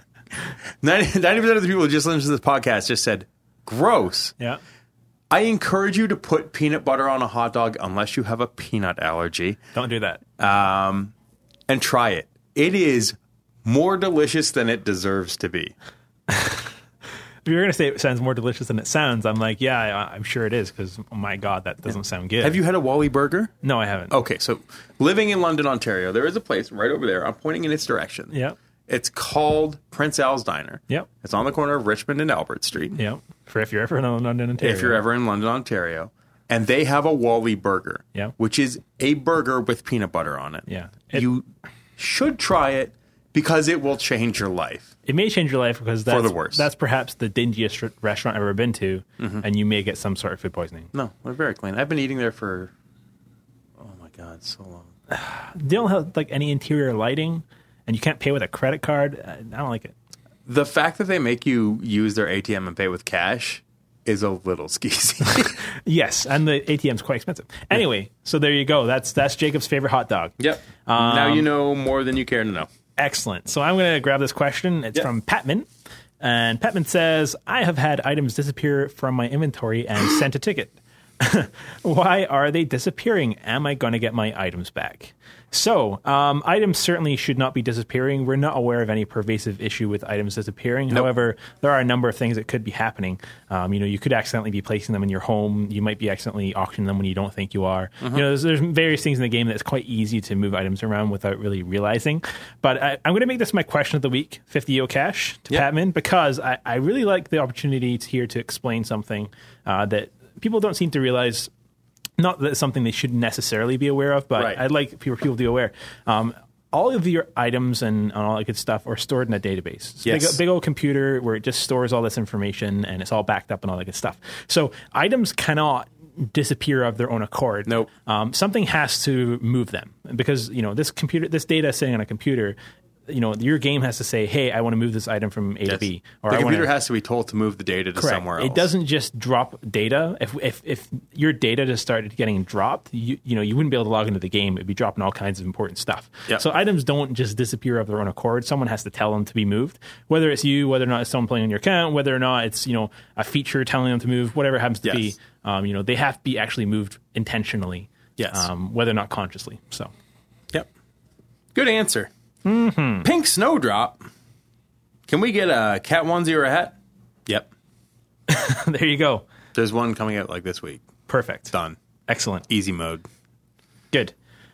A: <laughs> ninety percent of the people who just listen to this podcast just said, "Gross."
B: Yeah.
A: I encourage you to put peanut butter on a hot dog unless you have a peanut allergy
B: Don't do that.
A: and try it. It is more delicious than it deserves to be.
B: If you're going to say it sounds more delicious than it sounds, I'm like, yeah, I, I'm sure it is because my God, that doesn't sound good.
A: Have you Oh. had a Wally burger?
B: No, I haven't.
A: Okay, so living in London, Ontario, there is a place right over there. I'm pointing in its direction.
B: Yep.
A: It's called Prince Al's Diner.
B: Yep.
A: It's on the corner of Richmond and Albert Street.
B: Yeah. For if you're ever in London, Ontario.
A: If you're ever in London, Ontario, and they have a Wally burger.
B: Yeah.
A: Which is a burger with peanut butter on it.
B: Yeah. It-
A: you should try it because it will change your life.
B: It may change your life because that's,
A: the worse. Mm-hmm.
B: that's perhaps the dingiest r- restaurant I've ever been to, and you may get some sort of food poisoning.
A: No, they're very clean. I've been eating there for oh my god, so long.
B: They don't have like any interior lighting, and you can't pay with a credit card. Uh, I I don't like it.
A: The fact that they make you use their ATM and pay with cash is a little <laughs> skeezy.
B: Yes, and the ATM's quite expensive. Anyway, so there you go. That's that's Jacob's favorite hot dog.
A: yep. now you know more than you care to know.
B: Excellent. So I'm going to grab this question. It's
A: Yeah.
B: from Patman. And Patman says, I have had items disappear from my inventory and sent a ticket. Why are they disappearing? Am I going to get my items back? So, um, items certainly should not be disappearing. We're not aware of any pervasive issue with items disappearing. However, there are a number of things that could be happening. Um, you know, you could accidentally be placing them in your home. You might be accidentally auctioning them when you don't think you are. You know, there's, there's various things in the game that it's quite easy to move items around without really realizing. But I, I'm going to make this my question of the week: 50 yo cash to
A: Yeah.
B: Patman, because I, I really like the opportunity to- here to explain something uh, that people don't seem to realize not that it's something they should necessarily be aware of, but
A: Right.
B: I'd like for people to be aware. Um, all of your items and, and all that good stuff are stored in a database. It's a
A: Yes.
B: big, big old computer where it just stores all this information and it's all backed up and all that good stuff. So items cannot disappear of their own accord.
A: Nope.
B: Um, something has to move them because you know this computer, this data sitting on a computer. You know, your game has to say, "Hey, I want to move this item from A to B."
A: the
B: I wanna-
A: computer has to be told to move the data to
B: Correct.
A: somewhere else.
B: It doesn't just drop data. If if if your data just started getting dropped, you you know you wouldn't be able to log into the game. It'd be dropping all kinds of important stuff.
A: Yeah.
B: So items don't just disappear of their own accord. Someone has to tell them to be moved. Whether it's you, whether or not it's someone playing on your account, whether or not it's you know a feature telling them to move, whatever it happens to
A: Yes.
B: be, um, you know they have to be actually moved intentionally.
A: Yes.
B: Um, whether or not consciously.
A: <laughs>
B: So
A: Yep. Good answer.
B: Mm-hmm.
A: Pink snowdrop. Can we get a cat onesie or a hat? Yep.
B: there you go.
A: There's one coming out like this week.
B: Perfect.
A: Done.
B: Excellent.
A: Easy mode.
B: Good.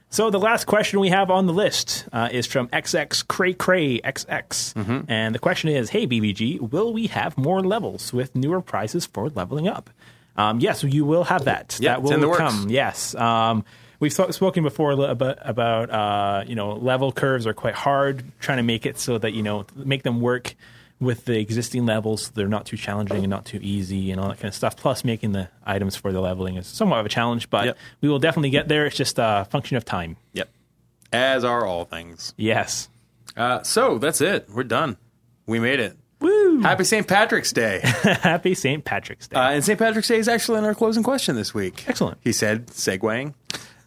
B: So the last question we have on the list uh, is from XX Cray Cray XX,
A: Mm-hmm.
B: and the question is: Hey BBG, will we have more levels with newer prizes for leveling up? Um, yes, you will have that.
A: Yeah,
B: that
A: it's
B: will
A: in the works.
B: come. Yes. Um, we've sp- spoken before li- about, about uh, you know level curves are quite hard. Trying to make it so that you know make them work with the existing levels. They're not too challenging and not too easy and all that kind of stuff. Plus, making the items for the leveling is somewhat of a challenge, but
A: Yep.
B: we will definitely get there. It's just a function of time.
A: Yep. As are all things.
B: Yes. <laughs>
A: Uh, so that's it. We're done. We made it.
B: Woo!
A: Happy St. Patrick's <laughs> Day.
B: Happy St. Patrick's Day.
A: Uh, and St. Patrick's Day is actually in our closing question this week.
B: Excellent.
A: He said, segueing.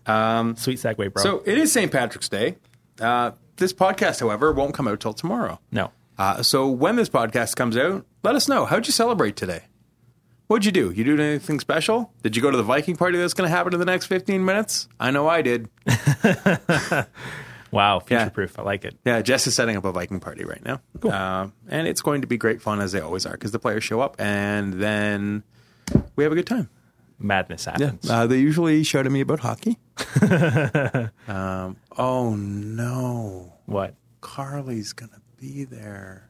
B: Sweet segue,
A: Um,
B: bro.
A: So it is St. Patrick's Day. Uh, this podcast, however, won't come out till tomorrow.
B: no.
A: Uh, so when this podcast comes out, let us know. How'd you celebrate today? What'd you do? You do anything special? Did you go to the Viking party that's going to happen in the next 15 minutes? I know I did.
B: Wow. Future proof. I like it.
A: Yeah, Jess is setting up a Viking party right now. Uh, and it's going to be great fun, as they always are, because the players show up and then we have a good time.
B: Madness happens.
A: Uh, they usually shout at me about hockey.
B: <laughs>
A: um, oh, no.
B: What?
A: Carly's going to be there.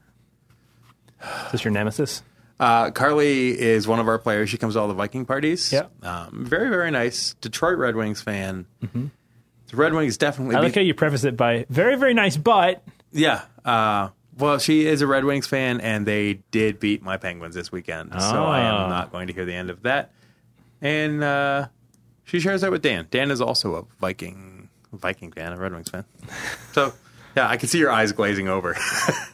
B: Is this your nemesis?
A: Uh, Carly is one of our players. She comes to all the Viking parties.
B: Yeah.
A: Um, very, very nice. Detroit Red Wings fan. The Red Wings definitely.
B: Mm-hmm. I
A: beat-
B: like how you preface it by very, very nice, but
A: yeah. Uh, well, she is a Red Wings fan, and they did beat my Penguins this weekend. So I
B: Oh.
A: am not going to hear the end of that. And uh, she shares that with Dan. Dan is also a Viking Viking fan, a Red Wings fan. so, yeah, I can see your eyes glazing over.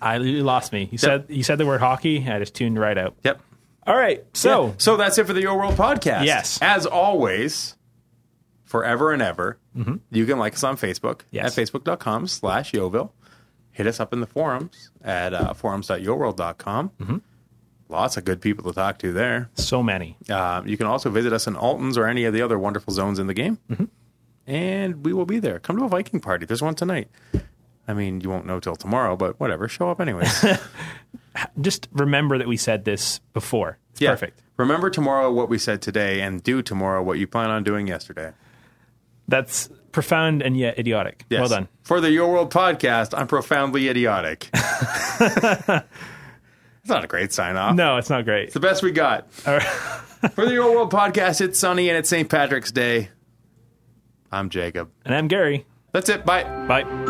B: I you lost me. You said you said the word hockey. I just tuned right out.
A: yep.
B: All right. So
A: Yeah. so that's it for the Your World podcast.
B: Yes.
A: As always, forever and ever, you can like us on Facebook
B: Mm-hmm. Yes.
A: at facebook.com slash Yoville. Hit us up in the forums at uh, forums.yoworld.com.
B: Mm-hmm.
A: Lots of good people to talk to there.
B: so many.
A: Uh, you can also visit us in Alton's or any of the other
B: Mm-hmm.
A: wonderful zones in the game. And we will be there. Come to a Viking party. There's one tonight. I mean, you won't know till tomorrow, but whatever. Show up anyways.
B: Just remember that we said this before. It's
A: Yeah.
B: <laughs> perfect.
A: Remember tomorrow what we said today, and do tomorrow what you plan on doing yesterday.
B: That's profound and yet idiotic.
A: Yes.
B: Well done.
A: For the Your World podcast, I'm profoundly
B: <laughs>
A: idiotic. It's not a great sign off.
B: No, it's not great.
A: It's the best we got. <laughs> For the Your World podcast, it's sunny and it's St. Patrick's Day. I'm Jacob.
B: And I'm Gary.
A: That's it. Bye.
B: Bye.